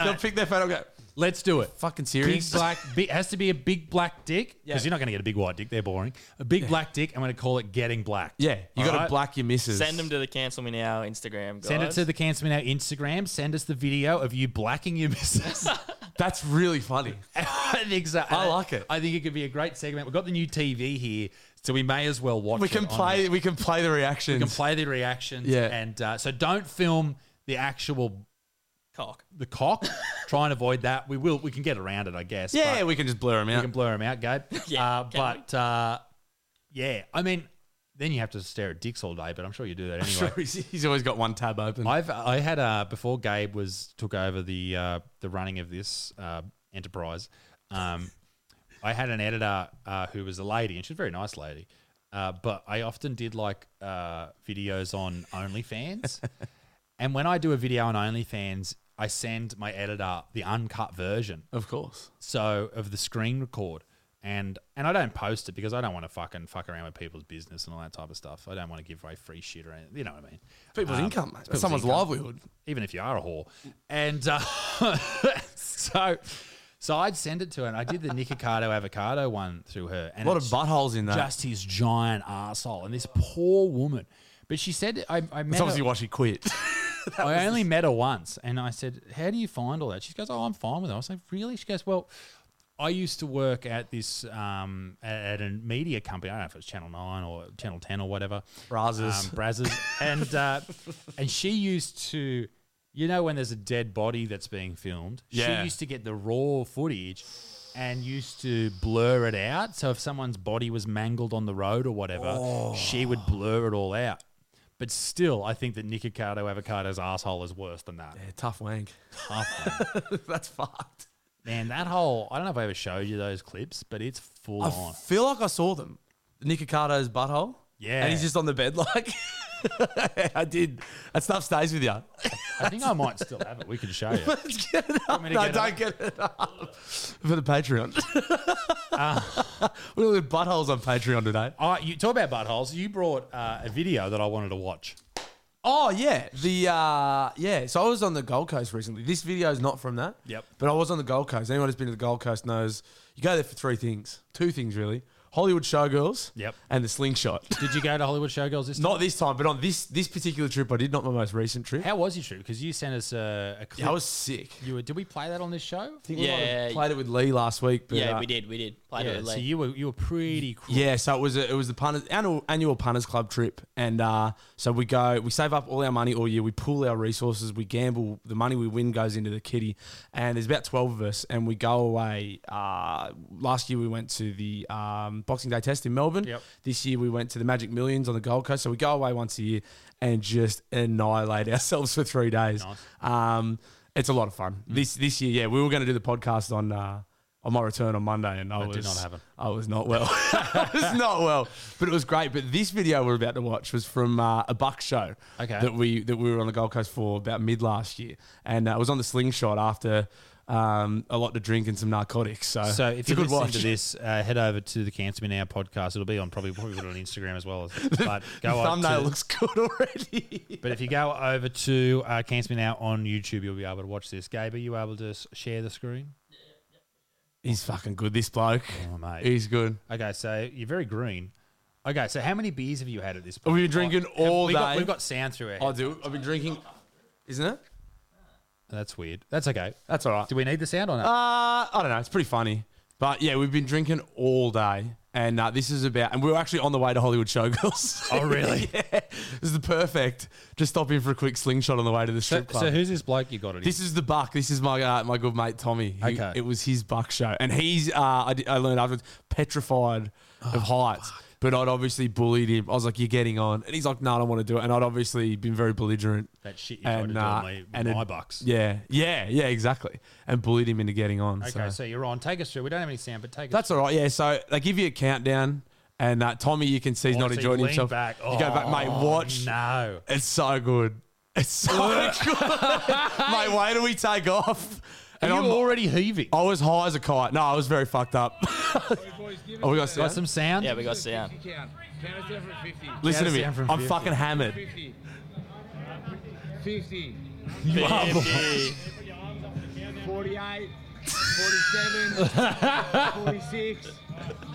Speaker 3: they'll pick their phone. and go,
Speaker 2: let's do it.
Speaker 3: fucking
Speaker 2: Big
Speaker 3: serious.
Speaker 2: black big, has to be a big black dick because
Speaker 3: Yeah.
Speaker 2: you're not going to get a big white dick. They're boring. A big black dick. I'm going to call it getting black.
Speaker 3: Yeah, you got to
Speaker 2: Alright.
Speaker 3: black your missus.
Speaker 4: Send them to the cancel me now Instagram. Guys.
Speaker 2: Send it to the Cancer Me Now Instagram. Send us the video of you blacking your missus.
Speaker 3: That's really funny.
Speaker 2: I think so.
Speaker 3: I like it.
Speaker 2: I think it could be a great segment. We've got the new TV here, so we may as well watch.
Speaker 3: We
Speaker 2: it
Speaker 3: can
Speaker 2: on
Speaker 3: play. We can play the reactions.
Speaker 2: We can play the reactions.
Speaker 3: Yeah.
Speaker 2: And uh, so don't film the actual
Speaker 4: cock.
Speaker 2: the cock. Try and avoid that. We will. We can get around it, I guess.
Speaker 3: Yeah,
Speaker 2: but-
Speaker 3: we can just blur them
Speaker 2: We
Speaker 3: out.
Speaker 2: can blur him out, Gabe.
Speaker 4: Yeah,
Speaker 2: uh,
Speaker 4: can
Speaker 2: but uh, yeah, I mean, then you have to stare at dicks all day. But I'm sure you do that
Speaker 3: Sure,
Speaker 2: anyway.
Speaker 3: he's, he's always got one tab open.
Speaker 2: I've I had uh, before Gabe was took over the uh, the running of this uh, enterprise. Um, I had an editor uh, who was a lady, and she's a very nice lady. Uh, but I often did like uh, videos on OnlyFans, and when I do a video on OnlyFans, I send my editor the uncut version
Speaker 3: of course.
Speaker 2: so of the screen record and and I don't post it because I don't want to fucking fuck around with people's business and all that type of stuff. I don't want to give away free shit or anything. You know what I mean?
Speaker 3: People's
Speaker 2: Um,
Speaker 3: income, mate.
Speaker 2: people's
Speaker 3: someone's
Speaker 2: income,
Speaker 3: livelihood.
Speaker 2: Even if you are a whore. And uh, so so I'd send it to her and I did the Nicocado avocado one through her.
Speaker 3: A
Speaker 2: And
Speaker 3: lot of
Speaker 2: it's
Speaker 3: buttholes in that.
Speaker 2: Just his giant arsehole. And this poor woman. But she said I, I met
Speaker 3: That's
Speaker 2: her-
Speaker 3: obviously why she quit.
Speaker 2: I only met her once, and I said, "How do you find all that?" She goes, "Oh, I'm fine with it." I was like, "Really?" She goes, "Well, I used to work at this um, at, at a media company. I don't know if it was Channel Nine or Channel Ten or whatever,
Speaker 3: Brazzers.
Speaker 2: um, Brazzers, and uh, and she used to." You know when there's a dead body that's being filmed,
Speaker 3: Yeah.
Speaker 2: she used to get the raw footage and used to blur it out. So if someone's body was mangled on the road or whatever,
Speaker 3: Oh.
Speaker 2: she would blur it all out. But still, I think that Nicocado Avocado's asshole is worse than that.
Speaker 3: yeah, tough wank.
Speaker 2: Half one.
Speaker 3: That's fucked.
Speaker 2: Man, that whole I don't know if I ever showed you those clips, but it's full
Speaker 3: I
Speaker 2: on.
Speaker 3: feel like I saw them. Nicocado's butthole.
Speaker 2: Yeah.
Speaker 3: And he's just on the bed like I did. That stuff stays with you.
Speaker 2: I think I might still have it. We can show you.
Speaker 3: Let's get it up.
Speaker 2: me to get
Speaker 3: No,
Speaker 2: it
Speaker 3: don't
Speaker 2: up?
Speaker 3: get it up for the Patreon.
Speaker 2: Uh.
Speaker 3: We're doing buttholes on Patreon today.
Speaker 2: All right, you talk about buttholes. You brought uh, a video that I wanted to watch.
Speaker 3: Oh yeah, the uh, yeah. So I was on the Gold Coast recently. This video is not from that.
Speaker 2: Yep.
Speaker 3: But I was on the Gold Coast. Anyone who's been to the Gold Coast knows you go there for three things, two things really: Hollywood showgirls.
Speaker 2: Yep.
Speaker 3: And the slingshot.
Speaker 2: Did you go to Hollywood Showgirls this time?
Speaker 3: not this time, but on this this particular trip, I did not my most recent trip.
Speaker 2: How was your trip? Because you sent us a, a clip.
Speaker 3: Yeah, I was sick.
Speaker 2: you were, did we play that on this show?
Speaker 3: I think we might have
Speaker 4: Yeah.
Speaker 3: played it with Lee last week. But,
Speaker 4: yeah,
Speaker 3: uh,
Speaker 4: we did. We did. Played it
Speaker 2: Yeah,
Speaker 4: with
Speaker 2: so
Speaker 4: Lee.
Speaker 2: you were you were pretty cool.
Speaker 3: Yeah, so it was a, it was the punters annual, annual punters club trip, and uh, so we go we save up all our money all year. We pool our resources, we gamble. The money we win goes into the kitty, and there's about twelve of us, and we go away. Uh, last year we went to the um, Boxing Day Test in Melbourne.
Speaker 2: Yep.
Speaker 3: This year we went to the Magic Millions on the Gold Coast. So we go away once a year and just annihilate ourselves for three days. Um, it's a lot of fun.
Speaker 2: Mm.
Speaker 3: This this year, yeah, we were going to do the podcast on. Uh, on my return on Monday, and I
Speaker 2: That
Speaker 3: was
Speaker 2: did not happen.
Speaker 3: I was not well. I was not well, but it was great. But this video we're about to watch was from uh, a buck show
Speaker 2: Okay.
Speaker 3: that we that we were on the Gold Coast for about mid last year, and uh, I was on the slingshot after um, a lot to drink and some narcotics. So,
Speaker 2: So if
Speaker 3: it's
Speaker 2: you
Speaker 3: a
Speaker 2: listen to this, uh, head over to the Cancer Me Now podcast. It'll be on probably probably put it on Instagram as well. But
Speaker 3: The
Speaker 2: go on
Speaker 3: thumbnail
Speaker 2: to-
Speaker 3: looks good already.
Speaker 2: But if you go over to uh, Cancer Me Now on YouTube, you'll be able to watch this. Gabe, are you able to s- share the screen?
Speaker 3: He's fucking good, this bloke.
Speaker 2: Oh, mate.
Speaker 3: He's good.
Speaker 2: Okay, so you're very green. Okay, so how many beers have you had at this point?
Speaker 3: We've been drinking
Speaker 2: Oh, have
Speaker 3: all
Speaker 2: we Got,
Speaker 3: day.
Speaker 2: we've got sound through it.
Speaker 3: I do. I've been drinking, isn't it?
Speaker 2: That's weird. That's okay. Uh,
Speaker 3: That's all right.
Speaker 2: Do we need the sound or not?
Speaker 3: Uh, I don't know. It's pretty funny. But yeah, we've been drinking all day. And uh, this is about, and we were actually on the way to Hollywood Showgirls.
Speaker 2: Oh, really?
Speaker 3: yeah. This is the perfect. Just stop in for a quick slingshot on the way to the
Speaker 2: so,
Speaker 3: strip club.
Speaker 2: so who's this bloke you got it? in?
Speaker 3: This is the buck. This is my uh, my good mate Tommy. He-
Speaker 2: Okay.
Speaker 3: it was his buck show, and he's uh, I, di- I learned afterwards petrified of
Speaker 2: Oh,
Speaker 3: heights. But I'd obviously bullied him. I was like, "You're getting on," and he's like, "No, I don't want to do it." And I'd obviously been very belligerent.
Speaker 2: That shit you tried to do on my- my
Speaker 3: ad-
Speaker 2: bucks.
Speaker 3: Yeah, yeah, yeah, exactly. And bullied him into getting on.
Speaker 2: okay, so. you're on. Take us through. We don't have any sound, but take us.
Speaker 3: That's all right. Yeah. So they give you a countdown, and uh, Tommy, you can see he's
Speaker 2: Oh,
Speaker 3: not
Speaker 2: so you
Speaker 3: enjoying
Speaker 2: lean
Speaker 3: himself.
Speaker 2: back.
Speaker 3: You go back, mate.
Speaker 2: Oh,
Speaker 3: Watch.
Speaker 2: No.
Speaker 3: It's so good. It's so good, mate. Why do we take off?
Speaker 2: Are
Speaker 3: And
Speaker 2: you
Speaker 3: I'm,
Speaker 2: already heaving?
Speaker 3: I was high as a kite. No, I was very fucked up. oh, we got
Speaker 2: got
Speaker 3: sound?
Speaker 2: some sound?
Speaker 4: yeah, we got sound.
Speaker 5: Count. Count us down from 50.
Speaker 3: Listen to
Speaker 2: Yeah,
Speaker 3: me.
Speaker 2: sound from
Speaker 3: I'm
Speaker 2: 50.
Speaker 3: fucking hammered.
Speaker 5: 50. 50. 48. 47. 46.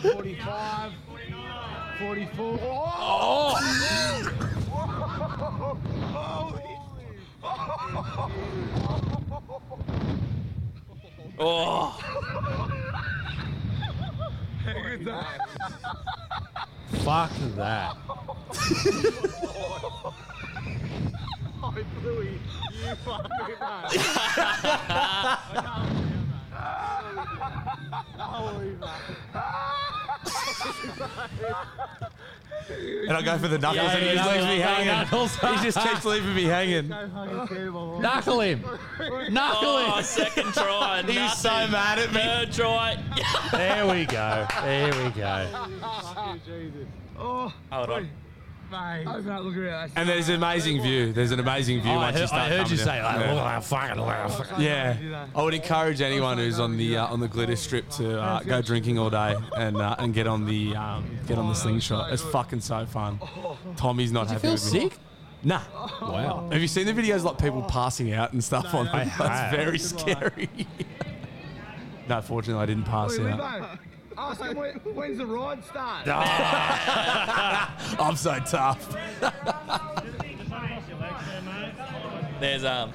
Speaker 5: 45. 44.
Speaker 4: Oh.
Speaker 2: Fuck that.
Speaker 3: And I go for the knuckles,
Speaker 2: Yeah,
Speaker 3: and he
Speaker 2: yeah,
Speaker 3: just leaves me
Speaker 2: yeah, knuckles.
Speaker 3: hanging. he just keeps leaving me hanging.
Speaker 2: Knuckle him. Knuckle
Speaker 4: Oh,
Speaker 2: him.
Speaker 4: second try.
Speaker 3: He was so
Speaker 4: nothing.
Speaker 3: mad at me.
Speaker 4: Third try.
Speaker 2: There we go. There we go.
Speaker 4: Hold on.
Speaker 5: Oh, Mate. Open up, look around.
Speaker 3: And there's an amazing view. There's an amazing view
Speaker 2: Oh, I
Speaker 3: once you
Speaker 2: heard,
Speaker 3: start
Speaker 2: I heard you
Speaker 3: coming
Speaker 2: say,
Speaker 3: down.
Speaker 2: like,
Speaker 3: Yeah.
Speaker 2: oh, I fucking, oh, I fucking.
Speaker 3: Yeah, I would encourage anyone who's on the uh, on the glitter strip to uh, go drinking all day and uh, and get on the um, get
Speaker 2: Oh,
Speaker 3: on the slingshot. It's fucking so fun. Tommy's not happy with me. Nah.
Speaker 2: Wow.
Speaker 3: Have you seen the videos like people passing out and stuff on
Speaker 2: Oh. I
Speaker 3: that?
Speaker 2: have.
Speaker 3: That's very scary. no, fortunately, I didn't pass out.
Speaker 5: Ask him Oh, when, when's the ride start?
Speaker 3: I'm so tough.
Speaker 4: There's um.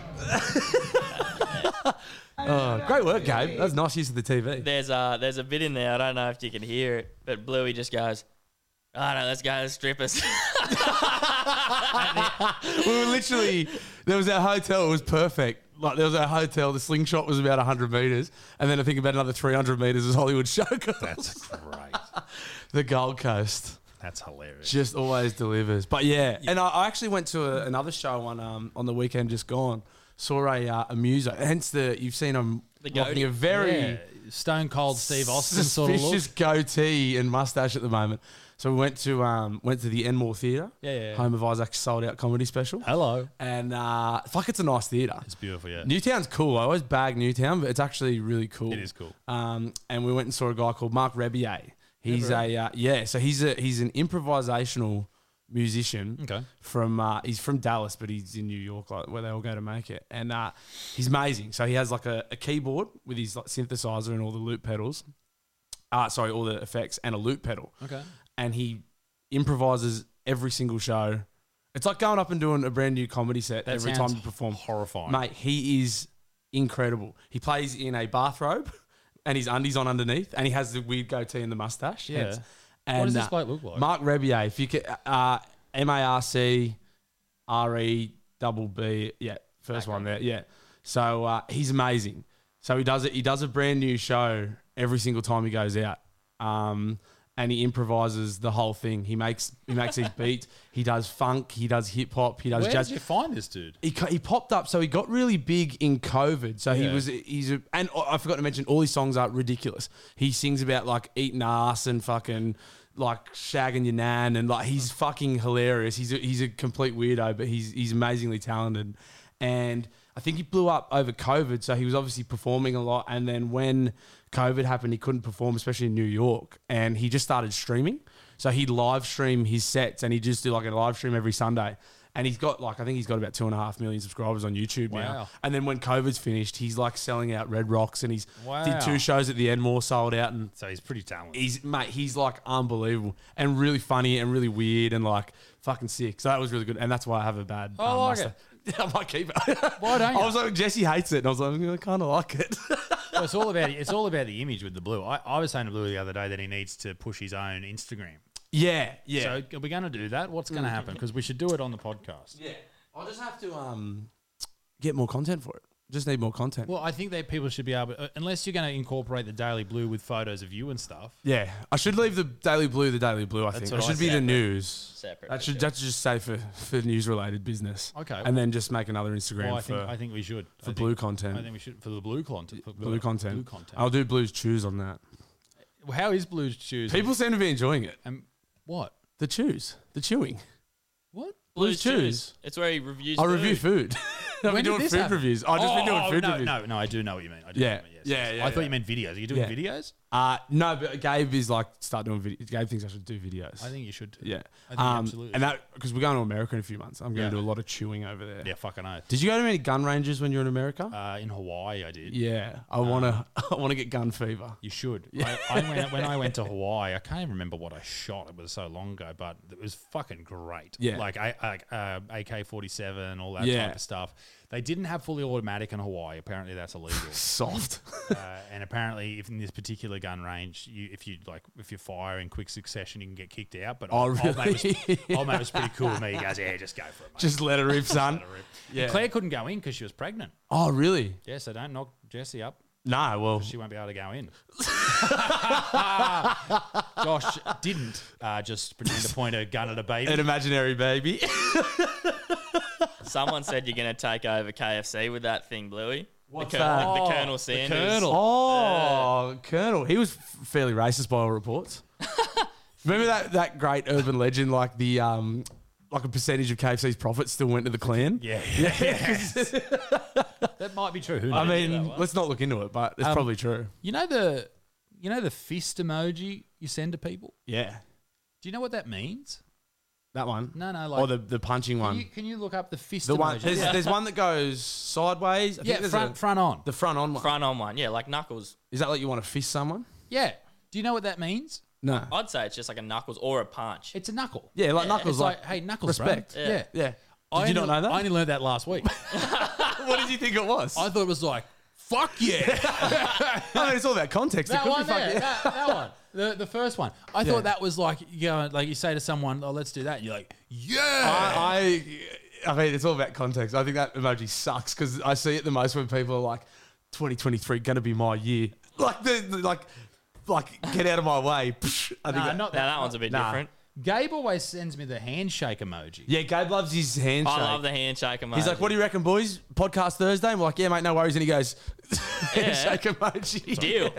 Speaker 3: Uh, great work, Gabe. That was nice use of the TV.
Speaker 4: There's uh. There's a bit in there. I don't know if you can hear it, but Bluey just goes. Oh no, let's go to strippers.
Speaker 3: We were literally there was our hotel. It was perfect. Like there was our hotel. The slingshot was about 100 meters, and then I think about another 300 meters is Hollywood Showgirls.
Speaker 2: That's great.
Speaker 3: The Gold Coast
Speaker 2: That's hilarious.
Speaker 3: just always delivers. But yeah, and I, I actually went to a, another show on um, on the weekend just gone. Saw a uh, a muso, hence the you've seen him
Speaker 4: The
Speaker 3: rocking
Speaker 4: goatee.
Speaker 3: a very
Speaker 2: Yeah, Stone Cold Steve Austin sort of look.
Speaker 3: Suspicious goatee and mustache at the moment. So we went to um, went to the Enmore Theatre,
Speaker 2: Yeah, yeah, Oh, yeah.
Speaker 3: home of Isaac's sold out comedy special.
Speaker 2: Hello.
Speaker 3: And uh, fuck, it's a nice theatre.
Speaker 2: It's beautiful, yeah.
Speaker 3: Newtown's cool. I always bag Newtown, but it's actually really cool.
Speaker 2: It is cool.
Speaker 3: Um, and we went and saw a guy called Mark Rebier. He's a uh, yeah, so he's a he's an improvisational musician.
Speaker 2: Okay.
Speaker 3: From uh, he's from Dallas, but he's in New York, like where they all go to make it. And uh, he's amazing. So he has like a, a keyboard with his like, synthesizer and all the loop pedals. Uh, sorry, all the effects and a loop pedal.
Speaker 2: Okay.
Speaker 3: And he improvises every single show. It's like going up and doing a brand new comedy set
Speaker 2: That
Speaker 3: every
Speaker 2: sounds
Speaker 3: time you perform.
Speaker 2: horrifying.
Speaker 3: Mate, he is incredible. He plays in a bathrobe and his undies on underneath, and he has the weird goatee and the mustache.
Speaker 2: Yeah.
Speaker 3: It's- And,
Speaker 2: What does this
Speaker 3: uh,
Speaker 2: bloke look like?
Speaker 3: Mark Rebier, if you could, uh, M A R C R E double B, yeah, first one there, yeah. So uh, he's amazing. So he does it. He does a brand new show every single time he goes out, um, and he improvises the whole thing. He makes he makes his beats. He does funk. He does hip hop. He does
Speaker 2: Where
Speaker 3: jazz
Speaker 2: did you find this dude?
Speaker 3: he, co- he popped up, so he got really big in COVID. So
Speaker 2: Yeah.
Speaker 3: he was he's a, and I I forgot to mention all his songs are ridiculous. He sings about like eating ass and fucking like shagging your nan and like he's fucking hilarious. He's a, he's a complete weirdo, but he's he's amazingly talented. And I think he blew up over COVID, so he was obviously performing a lot. And then when COVID happened, he couldn't perform, especially in New York, and he just started streaming. So he'd live stream his sets and he'd just do like a live stream every Sunday. And he's got like I think he's got about two and a half million subscribers on YouTube
Speaker 2: Wow.
Speaker 3: now. And then when COVID's finished, he's like selling out Red Rocks and he's
Speaker 2: Wow.
Speaker 3: did two shows at the Enmore sold out and
Speaker 2: So he's pretty talented.
Speaker 3: he's mate, he's like unbelievable and really funny and really weird and like fucking sick. So that was really good. And that's why I have a bad
Speaker 2: Oh, I like it.
Speaker 3: it. I might keep it.
Speaker 2: Why don't you?
Speaker 3: I was like, Jesse hates it, and I was like, I kind of like it.
Speaker 2: Well, it's all about it's all about the image with the blue. I, I was saying to Blue the other day that he needs to push his own Instagram.
Speaker 3: yeah, yeah.
Speaker 2: So are we going to do that? What's going to happen? Because we should do it on the podcast.
Speaker 3: Yeah, I'll just have to um get more content for it. Just need more content.
Speaker 2: Well, I think that people should be able, uh, unless you're going to incorporate the Daily Blue with photos of you and stuff.
Speaker 3: yeah, I should leave the Daily Blue. The Daily Blue, I think.
Speaker 2: what
Speaker 3: It
Speaker 2: I
Speaker 3: should be the
Speaker 4: separate-
Speaker 3: news.
Speaker 4: separate,
Speaker 3: That should
Speaker 4: okay.
Speaker 3: that should just say for for news related business.
Speaker 2: Okay.
Speaker 3: And then just make another Instagram
Speaker 2: Well, I
Speaker 3: for
Speaker 2: think I think we should I
Speaker 3: for
Speaker 2: think-
Speaker 3: blue content.
Speaker 2: I think we should for the blue content. For
Speaker 3: blue content.
Speaker 2: Blue content.
Speaker 3: I'll do Blues Chews on that.
Speaker 2: Well, How is Blue's Tuesday?
Speaker 3: People seem to be enjoying it.
Speaker 2: and what?
Speaker 3: The chews, the chewing.
Speaker 2: What?
Speaker 3: Blues, Chews.
Speaker 4: It's where he reviews.
Speaker 3: I
Speaker 4: food.
Speaker 3: review food. I've been
Speaker 2: When did
Speaker 3: doing
Speaker 2: this
Speaker 3: food
Speaker 2: happen?
Speaker 3: reviews. I've just been doing
Speaker 2: oh,
Speaker 3: food
Speaker 2: no,
Speaker 3: reviews.
Speaker 2: No, no, I do know what you mean. I do know
Speaker 3: Yeah.
Speaker 2: what you mean.
Speaker 3: Yeah, yeah,
Speaker 2: I thought
Speaker 3: yeah.
Speaker 2: you meant videos. Are you doing
Speaker 3: Yeah.
Speaker 2: videos?
Speaker 3: Uh, no, but Gabe is like start doing video. Gabe thinks I should do videos.
Speaker 2: I think you should. Too.
Speaker 3: Yeah.
Speaker 2: I think
Speaker 3: Um,
Speaker 2: absolutely.
Speaker 3: And that because we're going to America in a few months, I'm going
Speaker 2: Yeah.
Speaker 3: to do a lot of chewing over there.
Speaker 2: yeah, fucking oath.
Speaker 3: Did you go to any gun ranges when you were in America?
Speaker 2: Uh, in Hawaii, I did.
Speaker 3: yeah, Um, I wanna, I wanna get gun fever.
Speaker 2: You should. I, I went, when I went to Hawaii, I can't even remember what I shot. It was so long ago, but it was fucking great.
Speaker 3: Yeah.
Speaker 2: Like I, I, uh, AK 47, all that
Speaker 3: Yeah.
Speaker 2: type of stuff. They didn't have fully automatic in Hawaii. Apparently, that's illegal.
Speaker 3: Soft.
Speaker 2: uh, and apparently, if in this particular gun range, you, if you like, if you fire in quick succession, you can get kicked out. But
Speaker 3: Oh,
Speaker 2: old- old mate was,
Speaker 3: really?
Speaker 2: old mate was pretty cool with me. He goes, "Yeah, just go for it, mate."
Speaker 3: Just let it rip, son.
Speaker 2: yeah. Claire couldn't go in because she was pregnant.
Speaker 3: oh, really?
Speaker 2: Yeah, so don't knock Jesse up.
Speaker 3: Nah. Well,
Speaker 2: She won't be able to go in. Josh didn't uh, just pretend to point a gun at a baby.
Speaker 3: an imaginary baby.
Speaker 4: Someone said you're going to take over KFC with that thing, Bluey.
Speaker 3: What's
Speaker 4: the,
Speaker 3: that?
Speaker 4: The,
Speaker 3: Oh,
Speaker 4: Colonel Sanders.
Speaker 3: oh, Colonel. He was f- fairly racist by all reports. Remember that that great urban legend, like the um, like a percentage of KFC's profits still went to the Klan.
Speaker 2: Yeah, yeah. that might be true. Who knows?
Speaker 3: I mean, let's not look into it, but it's probably true.
Speaker 2: you know the you know the fist emoji you send to people.
Speaker 3: Yeah,
Speaker 2: Do you know what that means?
Speaker 3: that one.
Speaker 2: No, no, like
Speaker 3: or the the punching
Speaker 2: can
Speaker 5: Um,
Speaker 3: one.
Speaker 2: you, can you look up the fist
Speaker 3: the
Speaker 2: emoji?
Speaker 3: one. There's,
Speaker 2: yeah,
Speaker 3: there's one that goes sideways. I
Speaker 2: Yeah,
Speaker 3: there's
Speaker 2: front
Speaker 3: a-
Speaker 2: front on.
Speaker 3: The front on one.
Speaker 4: Front on one. Yeah, like Knuckles.
Speaker 3: Is that like you want to fist someone?
Speaker 2: yeah. Do you know what that means?
Speaker 3: No.
Speaker 4: I'd say it's just like a Knuckles or a punch.
Speaker 2: It's a knuckle.
Speaker 3: yeah, like
Speaker 2: It's
Speaker 3: knuckles.
Speaker 2: like,
Speaker 3: Like,
Speaker 2: hey, knuckles, bro.
Speaker 3: respect.
Speaker 2: Yeah.
Speaker 3: Yeah. Did you
Speaker 2: only-
Speaker 3: not know that?
Speaker 2: I only learned that last week.
Speaker 3: what did you think it was?
Speaker 2: I
Speaker 3: I,
Speaker 2: thought it was like, fuck yeah.
Speaker 3: mean, it's all about context. it
Speaker 2: that
Speaker 3: could
Speaker 2: one
Speaker 3: be fucking-
Speaker 2: there, that, that one, the the first one. I
Speaker 3: Yeah.
Speaker 2: thought that was like you know, like you say to someone, "Oh, let's do that," and you're like, "Yeah."
Speaker 3: I, I, I mean, it's all about context. I think that emoji sucks because I see it the most when people are like, "2023 gonna be my year." Like, the, the- like, like, get out of my way. Psh, I think
Speaker 2: Nah,
Speaker 3: that-
Speaker 2: not
Speaker 4: now
Speaker 2: that.
Speaker 4: that one's a bit
Speaker 3: Nah.
Speaker 4: different.
Speaker 2: Gabe always sends me the handshake emoji.
Speaker 3: Yeah, Gabe loves his handshake.
Speaker 4: I love the handshake emoji.
Speaker 3: He's like, "What do you reckon, boys? Podcast Thursday." And we're like, "Yeah, mate, no worries." And he goes, handshake emoji.
Speaker 4: Deal.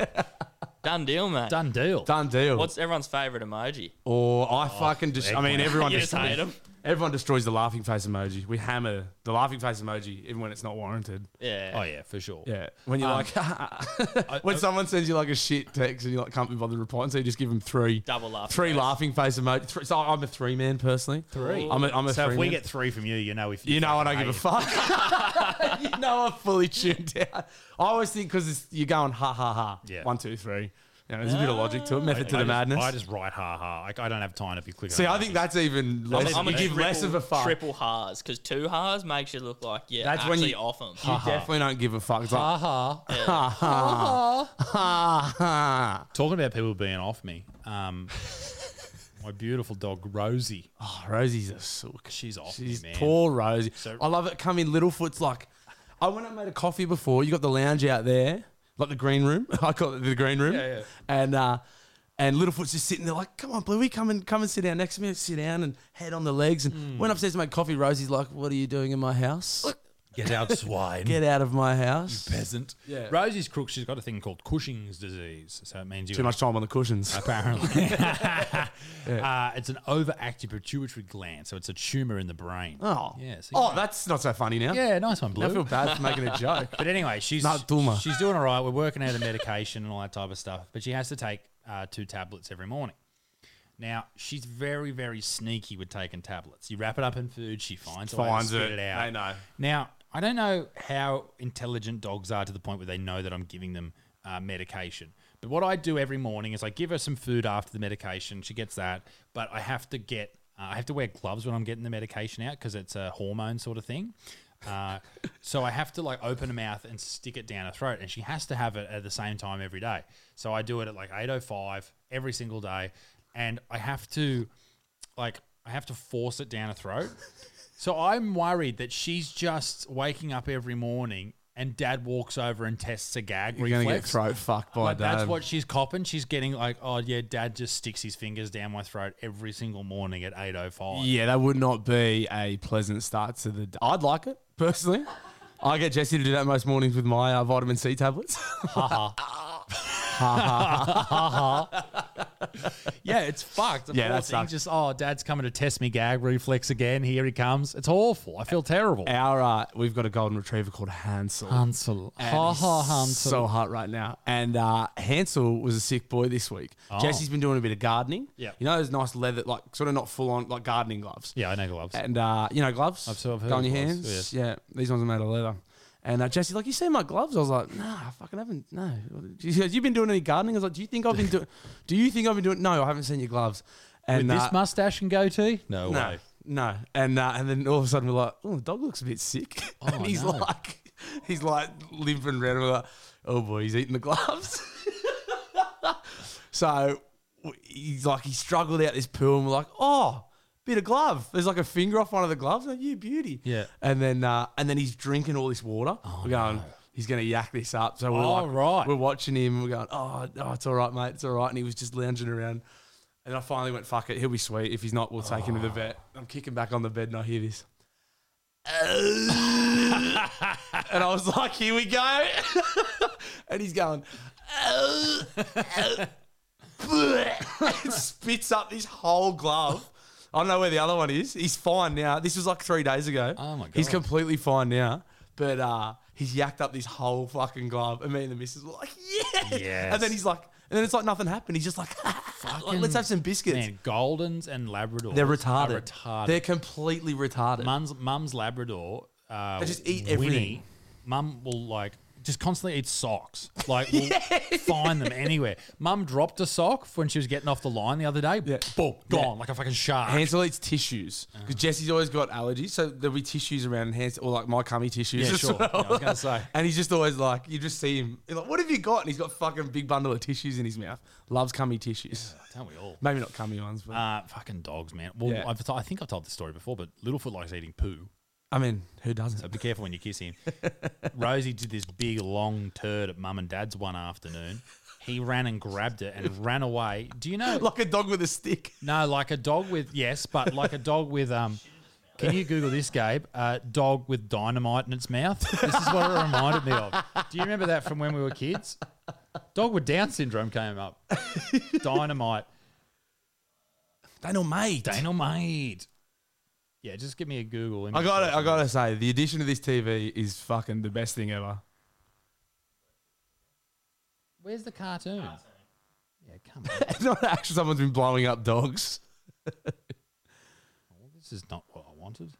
Speaker 4: Done deal, mate.
Speaker 2: Done deal.
Speaker 3: Done deal. Oh,
Speaker 4: What's everyone's favourite emoji?
Speaker 3: or
Speaker 2: Oh,
Speaker 3: I fucking just. I
Speaker 2: eggplant.
Speaker 3: mean, everyone
Speaker 4: You
Speaker 3: just
Speaker 4: just hate 'em.
Speaker 3: Everyone destroys the laughing face emoji. We hammer the laughing face emoji even when it's not warranted.
Speaker 4: Yeah.
Speaker 2: Oh yeah, Um, for sure.
Speaker 3: Yeah, when you're like, when someone sends you like a shit text and you like can't be bothered replying, so you just give them three
Speaker 4: Double laughing
Speaker 3: three
Speaker 4: face.
Speaker 3: laughing face emoji. Three, so I'm a three man personally.
Speaker 2: Three.
Speaker 3: I'm a, I'm a
Speaker 2: so
Speaker 3: three
Speaker 2: if we
Speaker 3: man.
Speaker 2: get three from you, you know if
Speaker 3: You know I don't
Speaker 2: fucking
Speaker 3: give a
Speaker 2: hate
Speaker 3: fuck. you know I'm fully tuned out. I always think because you're going ha ha ha.
Speaker 2: Yeah.
Speaker 3: One two three. You know, there's a bit of logic to it.
Speaker 2: it.
Speaker 3: Method to
Speaker 2: I
Speaker 3: the
Speaker 2: just-
Speaker 3: madness.
Speaker 2: I just write ha ha. I, I don't have time to be clicking.
Speaker 3: See,
Speaker 2: on
Speaker 3: I think that's even
Speaker 4: I'm,
Speaker 3: less.
Speaker 4: I'm
Speaker 3: you
Speaker 4: a
Speaker 3: give
Speaker 4: triple,
Speaker 3: less of a fuck.
Speaker 4: Triple ha's because two ha's makes you look like yeah.
Speaker 3: That's
Speaker 4: That's
Speaker 3: when
Speaker 4: actually
Speaker 3: you-
Speaker 4: off them.
Speaker 3: You definitely don't give a fuck. It's like,
Speaker 2: ha ha.
Speaker 3: ha ha.
Speaker 2: Talking about people being off me. Um, my beautiful dog Rosie.
Speaker 3: Oh, Rosie's a sook.
Speaker 2: She's off
Speaker 3: She's
Speaker 2: me, man.
Speaker 3: poor Rosie.
Speaker 2: So-
Speaker 3: I love it. Come in, Littlefoot's like, I went and made a coffee before. You got the lounge out there, like the green room. I call it the green room.
Speaker 2: Yeah, yeah.
Speaker 3: And uh, and Littlefoot's just sitting there like, come on, Bluey, come and come and sit down next to me. Sit down and head on the legs. And went upstairs to make coffee. Rosie's like, what are you doing in my house?
Speaker 2: Get out, swine.
Speaker 3: Get out of my house.
Speaker 2: peasant.
Speaker 3: Yeah.
Speaker 2: Rosie's crook. She's got a thing called Cushing's disease, so it means you
Speaker 3: Too much time on the cushions.
Speaker 2: apparently. uh, it's an overactive pituitary gland, so it's a tumor in the brain.
Speaker 3: Oh,
Speaker 2: yeah. so-
Speaker 3: oh, that's not so funny now.
Speaker 2: yeah, nice one, Blue.
Speaker 3: I feel bad for making a joke.
Speaker 2: But anyway, she's
Speaker 3: Not tumor.
Speaker 2: she's doing all right. We're working out the medication and all that type of stuff. But she has to take uh, two tablets every morning. Now she's very very sneaky with taking tablets. You wrap it up in food, she finds,
Speaker 3: Finds
Speaker 2: a way to spit
Speaker 3: it.
Speaker 2: it. out.
Speaker 3: They know.
Speaker 2: Now I don't know how intelligent dogs are to the point where they know that I'm giving them uh, medication. But what I do every morning is I give her some food after the medication. She gets that, but I have to get. Uh, I have to wear gloves when I'm getting the medication out because it's a hormone sort of thing. Uh, so I have to like open her mouth and stick it down her throat, and she has to have it at the same time every day. So I do it at like eight oh five every single day, and I have to like I have to force it down her throat. so I'm worried that she's just waking up every morning, and Dad walks over and tests a gag
Speaker 3: You're
Speaker 2: reflex.
Speaker 3: gonna get throat fucked by
Speaker 2: Like,
Speaker 3: dad.
Speaker 2: that's what she's copping. She's getting like, oh yeah, Dad just sticks his fingers down my throat every single morning at eight oh five.
Speaker 3: Yeah, that would not be a pleasant start to the. I'd like it personally. I get Jesse to do that most mornings with my uh, vitamin C tablets.
Speaker 2: Yeah, it's fucked. The
Speaker 3: Yeah,
Speaker 2: poor
Speaker 3: that
Speaker 2: thing
Speaker 3: sucks.
Speaker 2: Just oh, dad's coming to test me gag reflex again. Here he comes. It's awful. I feel terrible.
Speaker 3: Our uh, we've got a golden retriever called Hansel.
Speaker 2: Hansel,
Speaker 3: And
Speaker 2: ha
Speaker 3: he's
Speaker 2: ha Hansel.
Speaker 3: So hot right now. And uh, Hansel was a sick boy this week. Jesse's been doing a bit of gardening.
Speaker 2: Oh. Yeah.
Speaker 3: you know those nice leather, like sort of not full on, like gardening gloves.
Speaker 2: yeah, I know gloves.
Speaker 3: and uh, you know gloves.
Speaker 2: I've sort of heard
Speaker 3: go on
Speaker 2: of
Speaker 3: your
Speaker 2: gloves,
Speaker 3: hands. Yeah, these ones are made of leather. And uh, Jesse's like, you seen my gloves? I was like, nah, I fucking haven't. No. She goes, you been doing any gardening? I was like, do you think I've been doing? Do you think I've been doing? No, I haven't seen your gloves. And
Speaker 2: With
Speaker 3: uh,
Speaker 2: this mustache and goatee? No,
Speaker 3: no, no. And uh, and then all of a sudden we're like, oh, the dog looks a bit sick. and he's
Speaker 2: Oh, no.
Speaker 3: like, he's like limping around. And we're like, oh boy, he's eating the gloves. so w- he's like, he struggled out this pool, and we're like, oh, bit of glove. There's like a finger off one of the gloves. Like, you beauty.
Speaker 2: Yeah.
Speaker 3: And then uh, and then he's drinking all this water. we're going. He's gonna yak this up, so we're
Speaker 2: Oh,
Speaker 3: like,
Speaker 2: right.
Speaker 3: we're watching him. and We're going, oh, oh, it's all right, mate, it's all right. And he was just lounging around, and I finally went, fuck it, he'll be sweet. If he's not, we'll take him to the vet. I'm kicking back on the bed and I hear this. and I was like, here we go. and he's going, it spits up this whole glove. I don't know where the other one is. He's fine now. This was like three days ago.
Speaker 2: Oh my
Speaker 3: He's
Speaker 2: God.
Speaker 3: completely fine now. But uh, he's yacked up this whole fucking glove. And me and the missus were like, yeah.
Speaker 2: Yes.
Speaker 3: And then he's like, and then it's like nothing happened. He's just like, like, let's have some biscuits.
Speaker 2: Man, Goldens and Labradors.
Speaker 3: They're
Speaker 2: are
Speaker 3: retarded.
Speaker 2: retarded.
Speaker 3: They're completely retarded.
Speaker 2: Mum's mum's Labrador. Uh,
Speaker 3: They just eat
Speaker 2: Winnie,
Speaker 3: everything.
Speaker 2: Mum will like just constantly eat socks. Like will find them anywhere. Mum dropped a sock when she was getting off the line the other day.
Speaker 3: Yeah.
Speaker 2: Boom,
Speaker 3: Yeah.
Speaker 2: gone like a fucking shark.
Speaker 3: Hansel eats tissues because Jesse's always got allergies, so there'll be tissues around and Hansel, or like my cummy tissues.
Speaker 2: Yeah,
Speaker 3: as
Speaker 2: sure.
Speaker 3: well.
Speaker 2: Yeah, I was gonna say.
Speaker 3: and he's just always like, you just see him. you're like, what have you got? And he's got fucking big bundle of tissues in his mouth. Loves cummy tissues.
Speaker 2: Don't we all?
Speaker 3: Maybe not cummy ones, but
Speaker 2: Uh, fucking dogs, man. Well,
Speaker 3: Yeah.
Speaker 2: I've t- I think I've told this story before, but Littlefoot likes eating poo.
Speaker 3: I mean, who doesn't?
Speaker 2: So be careful when you kiss him. Rosie did this big long turd at mum and dad's one afternoon. He ran and grabbed it and ran away. Do you know?
Speaker 3: Like a dog with a stick.
Speaker 2: No, like a dog with yes, but like a dog with um Can you Google this, Gabe? Uh, dog with dynamite in its mouth. This is what it reminded me of. Do you remember that from when we were kids? Dog with Down syndrome came up. Dynamite.
Speaker 3: Daniel mate.
Speaker 2: Dynamite. Yeah, just give me a Google.
Speaker 3: I
Speaker 2: image
Speaker 3: got to I
Speaker 2: search.
Speaker 3: got to say, the addition of this TV is fucking the best thing ever.
Speaker 2: Where's the cartoon? Yeah, come on.
Speaker 3: It's not actually someone's been blowing up dogs.
Speaker 2: this is not what I wanted.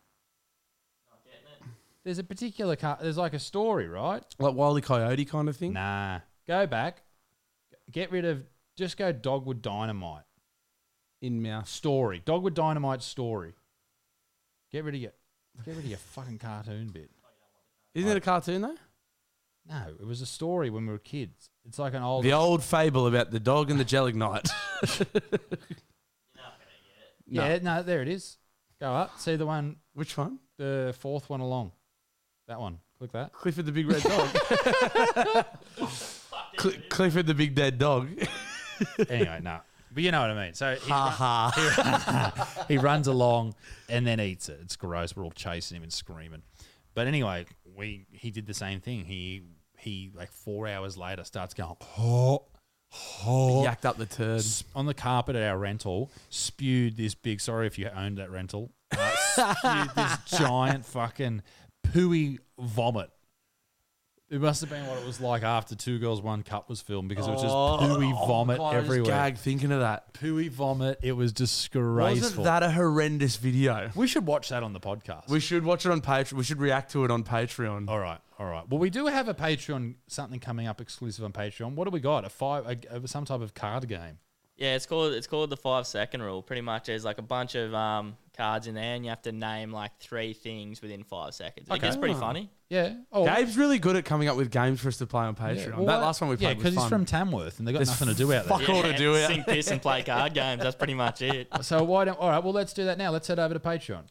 Speaker 2: There's a particular car. There's like a story, right?
Speaker 3: Like Wily Coyote kind of thing.
Speaker 2: Nah. Go back. Get rid of. Just go Dogwood Dynamite
Speaker 3: In mouse.
Speaker 2: story. Dogwood Dynamite story. Get rid of your. Get rid of your fucking cartoon bit.
Speaker 3: Isn't it a cartoon though?
Speaker 2: No, it was a story when we were kids. It's like an old.
Speaker 3: The old fable about the dog and the Jellignite. no.
Speaker 2: Yeah, no, there it is. Go up. See the one,
Speaker 3: Which one?
Speaker 2: the fourth one along. That one. Click that.
Speaker 3: Clifford the Big Red Dog. Cl- Clifford the Big Dead Dog.
Speaker 2: anyway, no. But you know what I mean. So he, he runs along and then eats it. It's gross. We're all chasing him and screaming. But anyway, we he did the same thing. He he like four hours later starts going oh, oh,
Speaker 3: Yacked up the turd.
Speaker 2: s- on the carpet at our rental. Spewed this big. Sorry if you owned that rental. uh, spewed this giant fucking pooey vomit. It must have been what it was like after Two Girls One Cup was filmed because it was just pooey vomit
Speaker 3: God, I just
Speaker 2: everywhere
Speaker 3: gag thinking of that.
Speaker 2: pooey vomit. It was disgraceful.
Speaker 3: Wasn't that a horrendous video?
Speaker 2: we should watch that on the podcast.
Speaker 3: We should watch it on Patreon. We should react to it on Patreon.
Speaker 2: all right, all right. Well, we do have a Patreon something coming up exclusive on Patreon. What do we got? A five, a, a- some type of card game.
Speaker 4: Yeah, it's called it's called the five second rule. Pretty much, there's like a bunch of um, cards in there, and you have to name like three things within five seconds. It gets pretty funny.
Speaker 2: Yeah. Oh,
Speaker 3: Gabe's really good at coming up with games for us to play on
Speaker 2: yeah.
Speaker 3: Patreon.
Speaker 2: Well,
Speaker 3: that
Speaker 2: what-
Speaker 3: last one we
Speaker 2: Yeah,
Speaker 3: played was
Speaker 2: he's
Speaker 3: fun.
Speaker 2: from Tamworth and they got
Speaker 3: There's
Speaker 2: nothing to do out there.
Speaker 3: fuck all to do it.
Speaker 4: Sink this and play card games. That's pretty much it.
Speaker 2: So why don't? All right. Well, let's do that now. Let's head over to Patreon.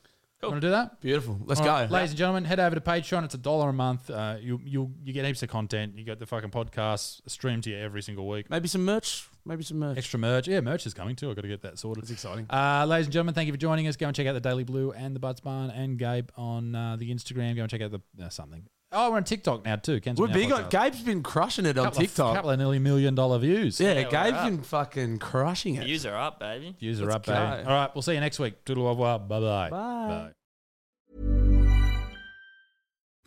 Speaker 2: Want to do that?
Speaker 3: Beautiful. Let's
Speaker 2: All
Speaker 3: go.
Speaker 2: right, ladies and gentlemen, head over to Patreon. It's a dollar a month. Uh, you you you get heaps of content. You get the fucking podcast streamed to you every single week.
Speaker 3: Maybe some merch. Maybe some merch.
Speaker 2: Extra merch. Yeah, merch is coming too. I've got to get that sorted. It's exciting. Uh, ladies and gentlemen, thank you for joining us. Go and check out the Daily Blue and the Buds Barn and Gabe on uh, the Instagram. Go and check out the uh, something. Oh, we're on TikTok now too. Ken's
Speaker 3: We're
Speaker 2: Now
Speaker 3: big
Speaker 2: Podcast.
Speaker 3: on. Gabe's been crushing it on
Speaker 2: Couple of-
Speaker 3: TikTok.
Speaker 2: couple of nearly million dollar views.
Speaker 3: yeah,
Speaker 4: Yeah, we're
Speaker 3: Gabe's
Speaker 4: up.
Speaker 3: been fucking crushing it.
Speaker 4: Views are up, baby.
Speaker 2: Views are
Speaker 3: Let's
Speaker 2: up, baby.
Speaker 3: go.
Speaker 2: All right, we'll see you next week. Doodle au revoir. Bye-bye.
Speaker 3: Bye.
Speaker 2: Bye.